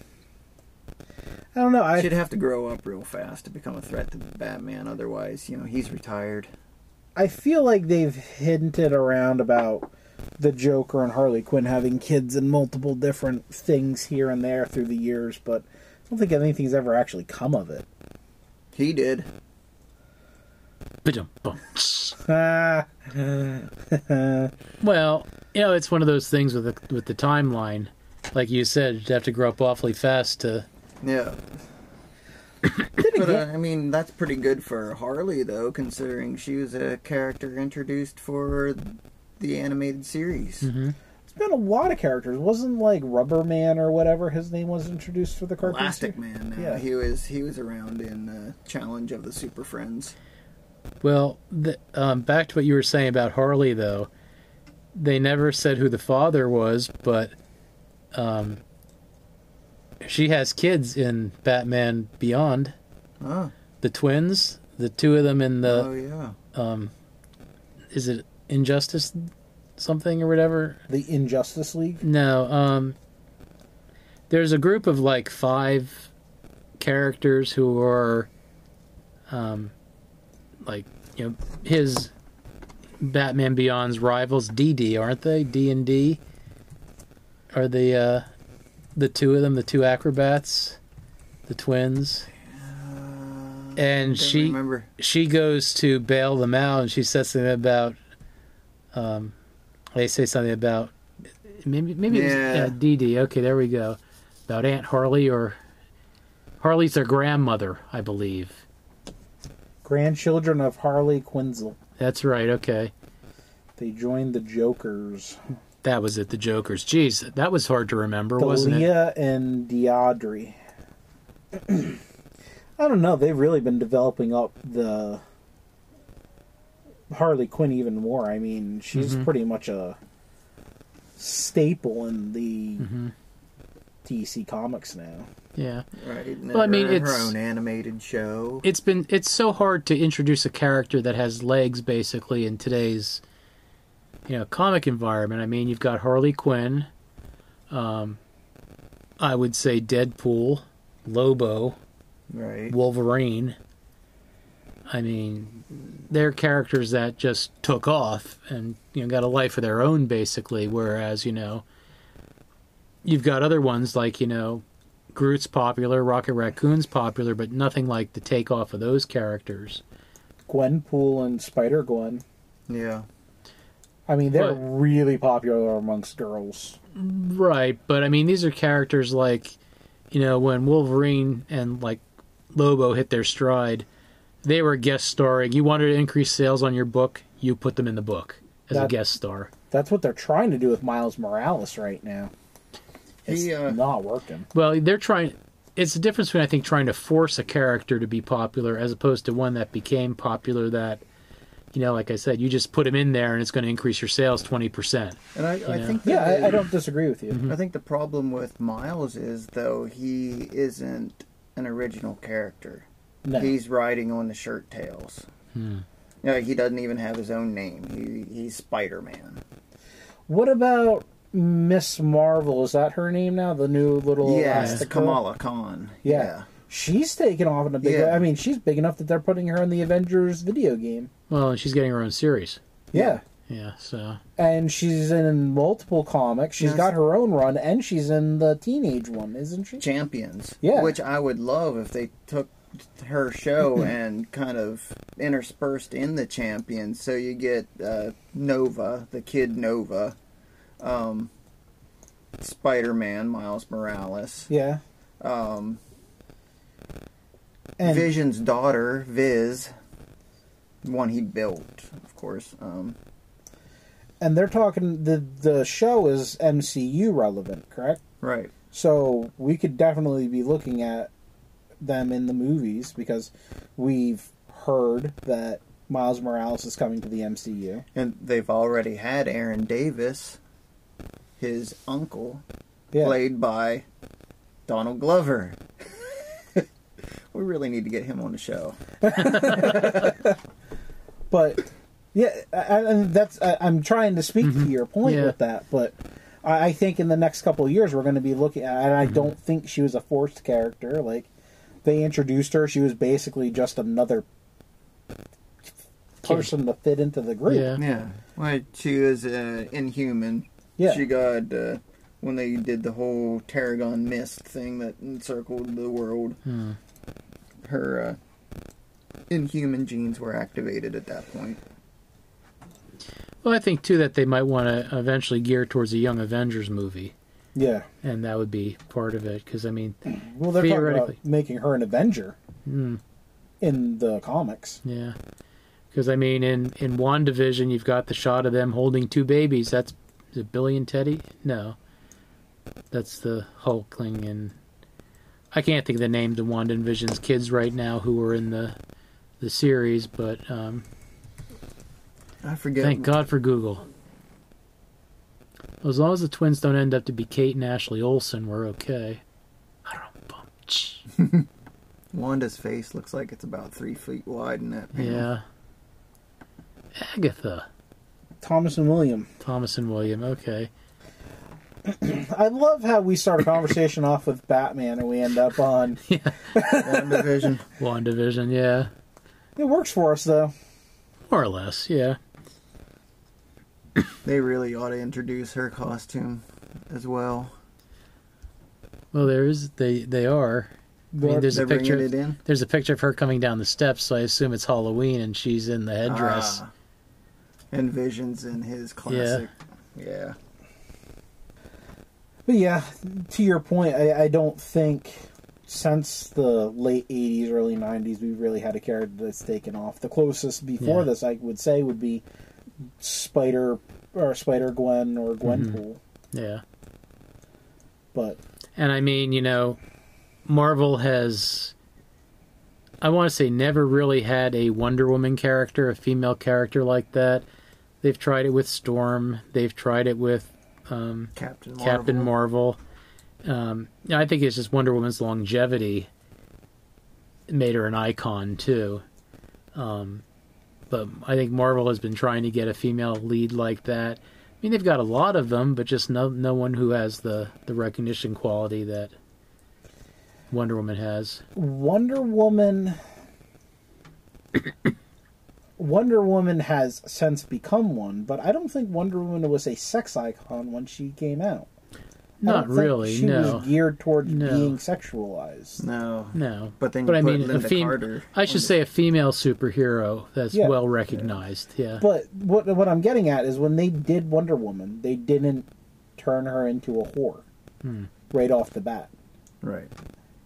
[SPEAKER 4] I don't know. I
[SPEAKER 6] She'd have to grow up real fast to become a threat to Batman. Otherwise, you know, he's retired.
[SPEAKER 4] I feel like they've hinted around about the Joker and Harley Quinn having kids in multiple different things here and there through the years, but I don't think anything's ever actually come of it.
[SPEAKER 6] He did.
[SPEAKER 5] Ba-dum, bum.
[SPEAKER 4] Ah,
[SPEAKER 5] Well, you know, it's one of those things with the with the timeline. Like you said, you'd have to grow up awfully fast to.
[SPEAKER 6] Yeah. but uh, I mean, that's pretty good for Harley, though, considering she was a character introduced for the animated series.
[SPEAKER 4] it's been a lot of characters. Wasn't like Rubber Man or whatever his name was introduced for the cartoon?
[SPEAKER 6] Elastic
[SPEAKER 4] series?
[SPEAKER 6] Man. Now.
[SPEAKER 4] Yeah.
[SPEAKER 6] He was he was around in uh, Challenge of the Super Friends.
[SPEAKER 5] Well, the, um, back to what you were saying about Harley, though. They never said who the father was, but um, she has kids in Batman Beyond.
[SPEAKER 6] Oh,
[SPEAKER 5] The twins, the two of them in
[SPEAKER 4] Uh,
[SPEAKER 5] the
[SPEAKER 6] oh yeah.
[SPEAKER 5] is it Injustice something or whatever?
[SPEAKER 4] The Injustice League.
[SPEAKER 5] No, um there's a group of like five characters who are um like you know his Batman Beyond's rivals DD, aren't they? D and D are the uh the two of them, the two acrobats, the twins. And
[SPEAKER 6] Uh, Don't
[SPEAKER 5] she
[SPEAKER 6] remember.
[SPEAKER 5] she goes to bail them out and she says something about um they say something about maybe maybe
[SPEAKER 6] Yeah.
[SPEAKER 5] it was yeah, Dee Dee. Okay, there we go. About Aunt Harley or Harley's their grandmother, I believe.
[SPEAKER 4] Grandchildren of Harley Quinzel.
[SPEAKER 5] That's right, okay.
[SPEAKER 4] They joined the Jokers.
[SPEAKER 5] That was it, the Jokers. Jeez, that was hard to remember, wasn't it?
[SPEAKER 4] Dalia and Deodri. I don't know. They've really been developing up the Harley Quinn even more. I mean, she's
[SPEAKER 5] Mm-hmm.
[SPEAKER 4] pretty much a staple in the
[SPEAKER 5] Mm-hmm.
[SPEAKER 4] DC comics now.
[SPEAKER 5] Yeah.
[SPEAKER 6] Right. and
[SPEAKER 5] Well, I mean,
[SPEAKER 6] her,
[SPEAKER 5] it's-
[SPEAKER 6] her own animated show.
[SPEAKER 5] It's been it's so hard to introduce a character that has legs basically in today's you know comic environment. I mean, you've got Harley Quinn, um, I would say Deadpool, Lobo,
[SPEAKER 6] Right.
[SPEAKER 5] Wolverine. I mean, they're characters that just took off and you know got a life of their own basically. Whereas you know, you've got other ones like you know, Groot's popular, Rocket Raccoon's popular, but nothing like the takeoff of those characters.
[SPEAKER 4] Gwenpool and Spider Gwen.
[SPEAKER 6] Yeah.
[SPEAKER 4] I mean, they're
[SPEAKER 5] But-
[SPEAKER 4] really popular amongst girls.
[SPEAKER 5] Right, but I mean, these are characters like, you know, when Wolverine and like Lobo hit their stride, they were guest starring. You wanted to increase sales on your book, you put them in the book as a
[SPEAKER 4] That-
[SPEAKER 5] guest star.
[SPEAKER 4] That's what they're trying to do with Miles Morales right now. It's
[SPEAKER 6] He, uh,
[SPEAKER 4] not working.
[SPEAKER 5] Well, they're trying. It's the difference between I think trying to force a character to be popular as opposed to one that became popular that, you know, like I said, you just put him in there and it's going to increase your sales twenty percent.
[SPEAKER 6] And I, I
[SPEAKER 5] Yeah.
[SPEAKER 6] think that
[SPEAKER 4] Yeah,
[SPEAKER 6] they-
[SPEAKER 4] I, I don't disagree with you.
[SPEAKER 6] I think the problem with Miles is though he isn't an original character.
[SPEAKER 4] No.
[SPEAKER 6] He's riding on the shirt tails.
[SPEAKER 5] Hmm.
[SPEAKER 6] Like he doesn't even have his own name. He he's Spider Man.
[SPEAKER 4] What about Miss Marvel? Is that her name now? The new little
[SPEAKER 6] Yes, the
[SPEAKER 4] Elastigirl?
[SPEAKER 6] Kamala Khan.
[SPEAKER 4] Yeah. she's taken off in a big.
[SPEAKER 6] Yeah.
[SPEAKER 4] way. I mean, she's big enough that they're putting her in the Avengers video game.
[SPEAKER 5] Well, and she's getting her own series.
[SPEAKER 4] Yeah,
[SPEAKER 5] Yeah, so
[SPEAKER 4] and she's in multiple comics. She's
[SPEAKER 6] Yes.
[SPEAKER 4] got her own run, and she's in the teenage one, isn't she?
[SPEAKER 6] Champions.
[SPEAKER 4] Yeah.
[SPEAKER 6] Which I would love if they took her show and kind of interspersed in the Champions. So you get uh, Nova, the kid Nova, um, Spider Man, Miles Morales,
[SPEAKER 4] Yeah,
[SPEAKER 6] um,
[SPEAKER 4] and
[SPEAKER 6] Vision's daughter, Viz, the one he built, of course. Um,
[SPEAKER 4] and they're talking. the The show is MCU relevant, correct?
[SPEAKER 6] right.
[SPEAKER 4] So we could definitely be looking at them in the movies because we've heard that Miles Morales is coming to the MCU.
[SPEAKER 6] And they've already had Aaron Davis, his uncle,
[SPEAKER 4] Yeah.
[SPEAKER 6] played by Donald Glover. we really need to get him on the show.
[SPEAKER 4] but yeah, I, I- and that's I, I'm trying to speak to your point
[SPEAKER 5] Mm-hmm. Yeah.
[SPEAKER 4] with that, but I, I think in the next couple of years we're going to be looking, at, and
[SPEAKER 5] Mm-hmm.
[SPEAKER 4] I don't think she was a forced character. Like they introduced her, she was basically just another person to fit into the group.
[SPEAKER 5] Yeah.
[SPEAKER 6] Yeah. Well, she was uh, inhuman.
[SPEAKER 4] Yeah.
[SPEAKER 6] She got, uh, when they did the whole Tarragon mist thing that encircled the world,
[SPEAKER 5] Hmm.
[SPEAKER 6] her uh, inhuman genes were activated at that point.
[SPEAKER 5] well, I think too that they might want to eventually gear towards a Young Avengers movie,
[SPEAKER 4] Yeah.
[SPEAKER 5] and that would be part of it. Because I mean,
[SPEAKER 4] Well, they're talking about
[SPEAKER 5] Theoretically. Hmm.
[SPEAKER 4] making her an Avenger in the comics.
[SPEAKER 5] yeah, because I mean, in in Wandavision, you've got the shot of them holding two babies. That's is it Billy and Teddy? No, that's the Hulkling and I can't think of the names of WandaVision's kids right now who were in the the series, but um,
[SPEAKER 6] I forget.
[SPEAKER 5] Thank God for Google. As long as the twins don't end up to be Kate and Ashley Olsen, we're okay. I don't bum. tch.
[SPEAKER 6] Wanda's face looks like it's about three feet wide in that panel.
[SPEAKER 5] Yeah. Agatha.
[SPEAKER 4] Thomas and William.
[SPEAKER 5] Thomas and William. Okay.
[SPEAKER 4] I love how we start a conversation off with Batman and we end up on.
[SPEAKER 6] WandaVision.
[SPEAKER 5] WandaVision. Yeah.
[SPEAKER 4] It works for us though.
[SPEAKER 5] More or less. Yeah.
[SPEAKER 6] They really ought to introduce her costume as well.
[SPEAKER 5] Well, there is. They they are. I mean, there's
[SPEAKER 6] They're
[SPEAKER 5] a picture.
[SPEAKER 6] bringing it in.
[SPEAKER 5] There's a picture of her coming down the steps, so I assume it's Halloween, and she's in the headdress.
[SPEAKER 6] Ah. and Visions in his classic. Yeah.
[SPEAKER 4] But yeah, to your point, I, I don't think since the late 80s, early 90s, we really had a character that's taken off. The closest before
[SPEAKER 5] Yeah.
[SPEAKER 4] this, I would say, would be Spider or Spider Gwen or Gwenpool.
[SPEAKER 5] yeah.
[SPEAKER 4] But
[SPEAKER 5] And I mean, you know, Marvel has, I want to say, never really had a Wonder Woman character, a female character like that. They've tried it with Storm, they've tried it with um,
[SPEAKER 6] Captain Marvel.
[SPEAKER 5] Captain Marvel. Um, yeah, I think it's just Wonder Woman's longevity made her an icon, too. Um, but I think Marvel has been trying to get a female lead like that. I mean, they've got a lot of them, but just no no one who has the, the recognition quality that Wonder Woman has.
[SPEAKER 4] Wonder Woman. Wonder Woman has since become one, but I don't think Wonder Woman was a sex icon when she came out. I
[SPEAKER 5] Not
[SPEAKER 4] don't think
[SPEAKER 5] really,
[SPEAKER 4] She
[SPEAKER 5] no.
[SPEAKER 4] was geared towards
[SPEAKER 5] No.
[SPEAKER 4] being sexualized.
[SPEAKER 6] No.
[SPEAKER 5] No,
[SPEAKER 6] But then
[SPEAKER 5] but
[SPEAKER 6] you
[SPEAKER 5] I
[SPEAKER 6] put
[SPEAKER 5] mean,
[SPEAKER 6] Linda
[SPEAKER 5] a fem-
[SPEAKER 6] Carter
[SPEAKER 5] I should
[SPEAKER 6] on
[SPEAKER 5] say a female superhero that's
[SPEAKER 4] Yeah.
[SPEAKER 5] well recognized. Yeah,
[SPEAKER 4] But what what I'm getting at is when they did Wonder Woman, they didn't turn her into a whore
[SPEAKER 6] Hmm.
[SPEAKER 4] right off the bat.
[SPEAKER 6] Right.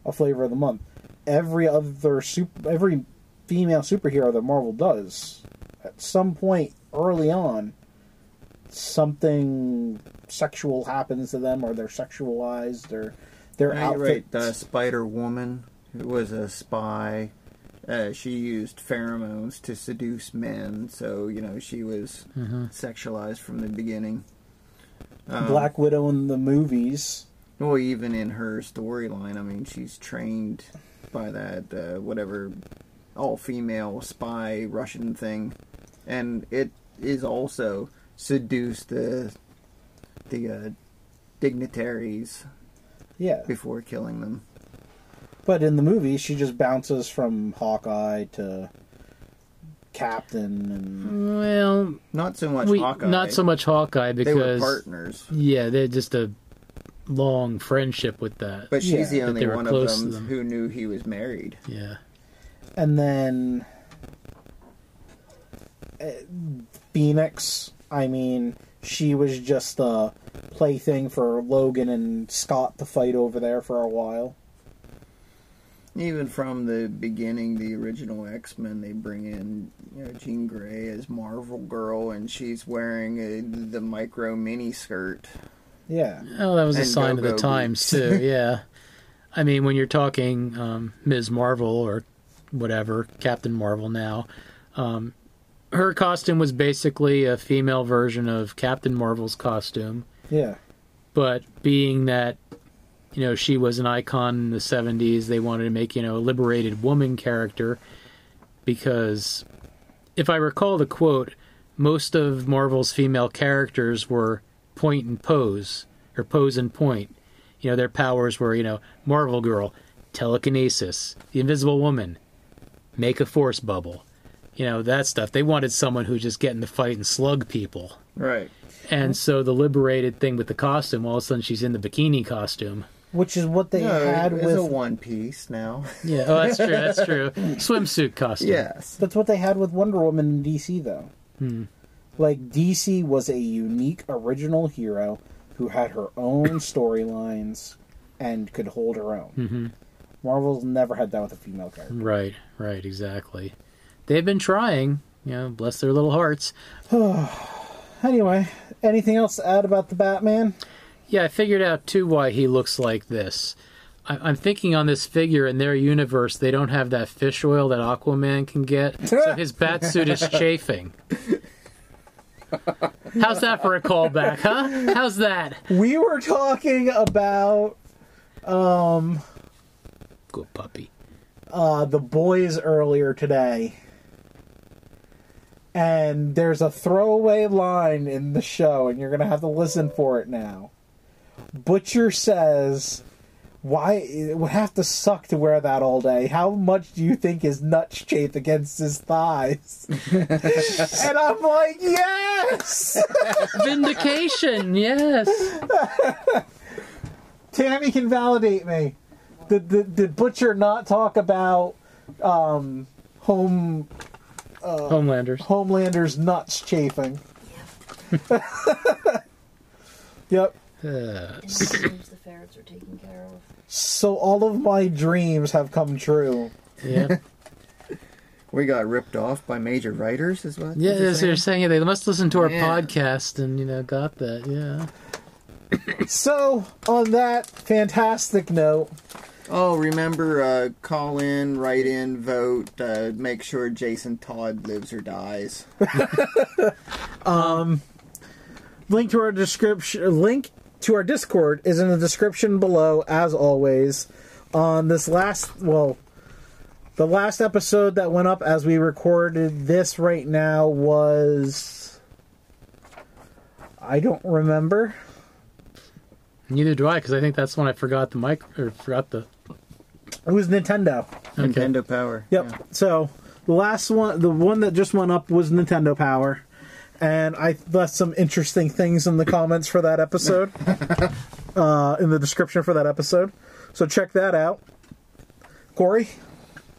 [SPEAKER 4] A flavor of the month. Every other super, every female superhero that Marvel does, at some point early on, something sexual happens to them, or they're sexualized, or their
[SPEAKER 6] Right,
[SPEAKER 4] outfit.
[SPEAKER 6] right. The Spider Woman, who was a spy, uh, she used pheromones to seduce men. So, you know, she was sexualized from the beginning.
[SPEAKER 4] Black
[SPEAKER 6] um,
[SPEAKER 4] Widow in the movies.
[SPEAKER 6] Well, even in her storyline, I mean, she's trained by that uh, whatever all female spy Russian thing, and it is also seduce the the uh, dignitaries
[SPEAKER 4] Yeah.
[SPEAKER 6] before killing them.
[SPEAKER 4] But in the movie, she just bounces from Hawkeye to Captain and
[SPEAKER 5] Well,
[SPEAKER 6] Not so much
[SPEAKER 5] we,
[SPEAKER 6] Hawkeye.
[SPEAKER 5] not so much Hawkeye
[SPEAKER 6] They were
[SPEAKER 5] because
[SPEAKER 6] partners,
[SPEAKER 5] yeah, they had just a long friendship with that.
[SPEAKER 6] but she's
[SPEAKER 4] Yeah.
[SPEAKER 6] the
[SPEAKER 5] That
[SPEAKER 6] only
[SPEAKER 5] they were
[SPEAKER 6] one of
[SPEAKER 5] close to
[SPEAKER 6] them,
[SPEAKER 5] them.
[SPEAKER 6] who knew he was married.
[SPEAKER 5] yeah,
[SPEAKER 4] and then uh, Phoenix. I mean, she was just a plaything for Logan and Scott to fight over there for a while.
[SPEAKER 6] Even from the beginning, the original X Men, they bring in you know, Jean Grey as Marvel Girl, and she's wearing a, the micro mini skirt.
[SPEAKER 4] Yeah.
[SPEAKER 5] oh, that was a
[SPEAKER 6] And
[SPEAKER 5] sign of the
[SPEAKER 6] go-go
[SPEAKER 5] times too. Yeah, I mean when you're talking um, Ms. Marvel or whatever Captain Marvel now, um, her costume was basically a female version of Captain Marvel's costume.
[SPEAKER 4] Yeah.
[SPEAKER 5] but being that you know she was an icon in the 70s they wanted to make you know a liberated woman character because if i recall the quote most of marvel's female characters were point and pose or pose and point you know their powers were you know marvel girl telekinesis the invisible woman make a force bubble you know that stuff they wanted someone who just get in the fight and slug people
[SPEAKER 6] Right.
[SPEAKER 5] and so the liberated thing with the costume, all of a sudden she's in the bikini costume.
[SPEAKER 4] Which is what they
[SPEAKER 6] No,
[SPEAKER 4] had
[SPEAKER 6] it's
[SPEAKER 4] with
[SPEAKER 6] a one piece now.
[SPEAKER 5] Yeah, oh, that's true. That's true. Swimsuit costume.
[SPEAKER 6] yes.
[SPEAKER 4] That's what they had with Wonder Woman in DC, though. Like, DC was a unique, original hero who had her own storylines and could hold her own. Marvel's never had that with a female character.
[SPEAKER 5] Right. Right. Exactly. They've been trying. You know, bless their little hearts.
[SPEAKER 4] Anyway, anything else to add about the Batman?
[SPEAKER 5] Yeah, I figured out too why he looks like this. I- I'm thinking on this figure in their universe, they don't have that fish oil that Aquaman can get, so his bat suit is chafing. How's that for a callback, huh? How's that?
[SPEAKER 4] We were talking about
[SPEAKER 5] Good puppy.
[SPEAKER 4] uh, the boys earlier today. And there's a throwaway line in the show, and you're going to have to listen for it now. Butcher says, Why it would have to suck to wear that all day? How much do you think his nuts chafe against his thighs? and I'm like, Yes!
[SPEAKER 5] Vindication, yes.
[SPEAKER 4] Tammy can validate me. Did, did, did Butcher not talk about um, home
[SPEAKER 5] Homelanders.
[SPEAKER 4] Homelander's nuts chafing. yep.
[SPEAKER 5] Uh,
[SPEAKER 1] And it seems the ferrets are taken care of.
[SPEAKER 4] So all of my dreams have come true.
[SPEAKER 5] yeah.
[SPEAKER 6] We got ripped off by major writers, is what?
[SPEAKER 5] Yeah,
[SPEAKER 6] you're
[SPEAKER 5] as
[SPEAKER 6] saying?
[SPEAKER 5] you're saying, they must listen to our
[SPEAKER 6] Yeah.
[SPEAKER 5] podcast and, you know, got that. Yeah.
[SPEAKER 4] So on that fantastic note,
[SPEAKER 6] Oh, remember, uh, call in, write in, vote, uh, make sure Jason Todd lives or dies.
[SPEAKER 4] link to our description link to our Discord is in the description below as always. On this last well the last episode that went up as we recorded this right now was I don't remember.
[SPEAKER 5] Neither do I, because I think that's when I forgot the mic or forgot the.
[SPEAKER 4] It was Nintendo.
[SPEAKER 5] Okay.
[SPEAKER 6] Nintendo Power.
[SPEAKER 4] Yep.
[SPEAKER 6] Yeah.
[SPEAKER 4] So the last one, the one that just went up was Nintendo Power, and I left some interesting things in the comments for that episode, uh, in the description for that episode. So check that out, Corey.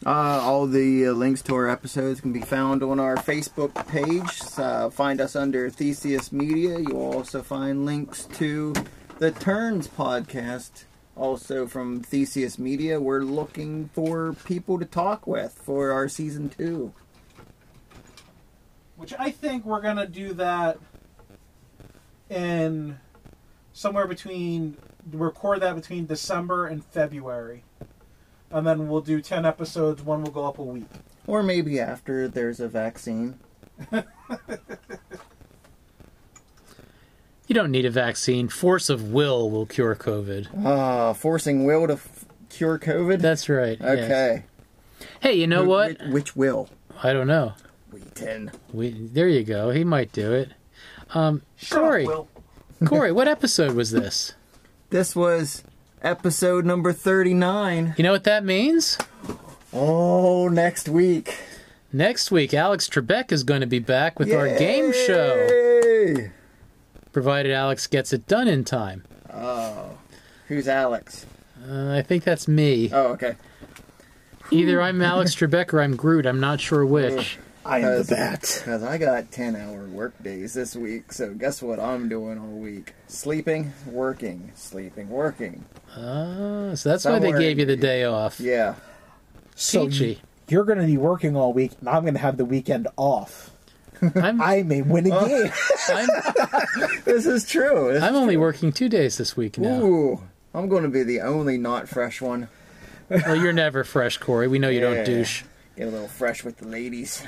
[SPEAKER 6] Uh, all the uh, links to our episodes can be found on our Facebook page. Uh, find us under Theseus Media. You'll also find links to the Turns podcast, also from Theseus Media. We're looking for people to talk with for our season two.
[SPEAKER 4] Which I think we're gonna do that in somewhere between record that between December and February, and then we'll do ten episodes. One will go up a week.
[SPEAKER 6] Or maybe after there's a vaccine.
[SPEAKER 5] You don't need a vaccine. Force of will will cure COVID.
[SPEAKER 6] Ah, Uh, forcing Will to f- cure COVID?
[SPEAKER 5] That's right. yes.
[SPEAKER 6] okay.
[SPEAKER 5] Hey, you know what?
[SPEAKER 6] Which, which will?
[SPEAKER 5] I don't know.
[SPEAKER 6] Wheaton.
[SPEAKER 5] We there you go. He might do it. Um, Corey,
[SPEAKER 3] Will.
[SPEAKER 5] Corey, what episode was this?
[SPEAKER 6] This was episode number 39.
[SPEAKER 5] You know what that means?
[SPEAKER 6] Oh, next week.
[SPEAKER 5] Next week, Alex Trebek is going to be back with our game show,
[SPEAKER 6] Yay!
[SPEAKER 5] provided Alex gets it done in time.
[SPEAKER 6] Who's Alex?
[SPEAKER 5] Uh, I think that's me.
[SPEAKER 6] Oh, okay.
[SPEAKER 5] Either I'm Alex Trebek or I'm Groot. I'm not sure which.
[SPEAKER 3] I am
[SPEAKER 6] Does-
[SPEAKER 3] the bat.
[SPEAKER 6] Because I got 10 hour work days this week, so guess what I'm doing all week? Sleeping, working, sleeping, working.
[SPEAKER 5] Uh, so that's why they
[SPEAKER 6] Somewhere
[SPEAKER 5] gave you the
[SPEAKER 6] in-
[SPEAKER 5] day off.
[SPEAKER 6] Yeah.
[SPEAKER 4] So
[SPEAKER 5] Peachy.
[SPEAKER 4] you're going to be working all week, and I'm going to have the weekend off.
[SPEAKER 5] I'm,
[SPEAKER 4] I may win a game.
[SPEAKER 5] I'm,
[SPEAKER 6] This is true. This-
[SPEAKER 5] I'm only working two days this week now.
[SPEAKER 6] Ooh. I'm going to be the only not fresh one.
[SPEAKER 5] Well, you're never fresh, Corey. We know you
[SPEAKER 6] Yeah.
[SPEAKER 5] don't douche.
[SPEAKER 6] Get a little fresh with the ladies.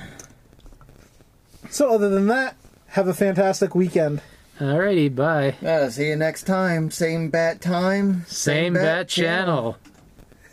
[SPEAKER 4] so other than that, have a fantastic weekend.
[SPEAKER 5] Alrighty, bye.
[SPEAKER 6] Uh, see you next time. Same bat time.
[SPEAKER 5] Same bat channel.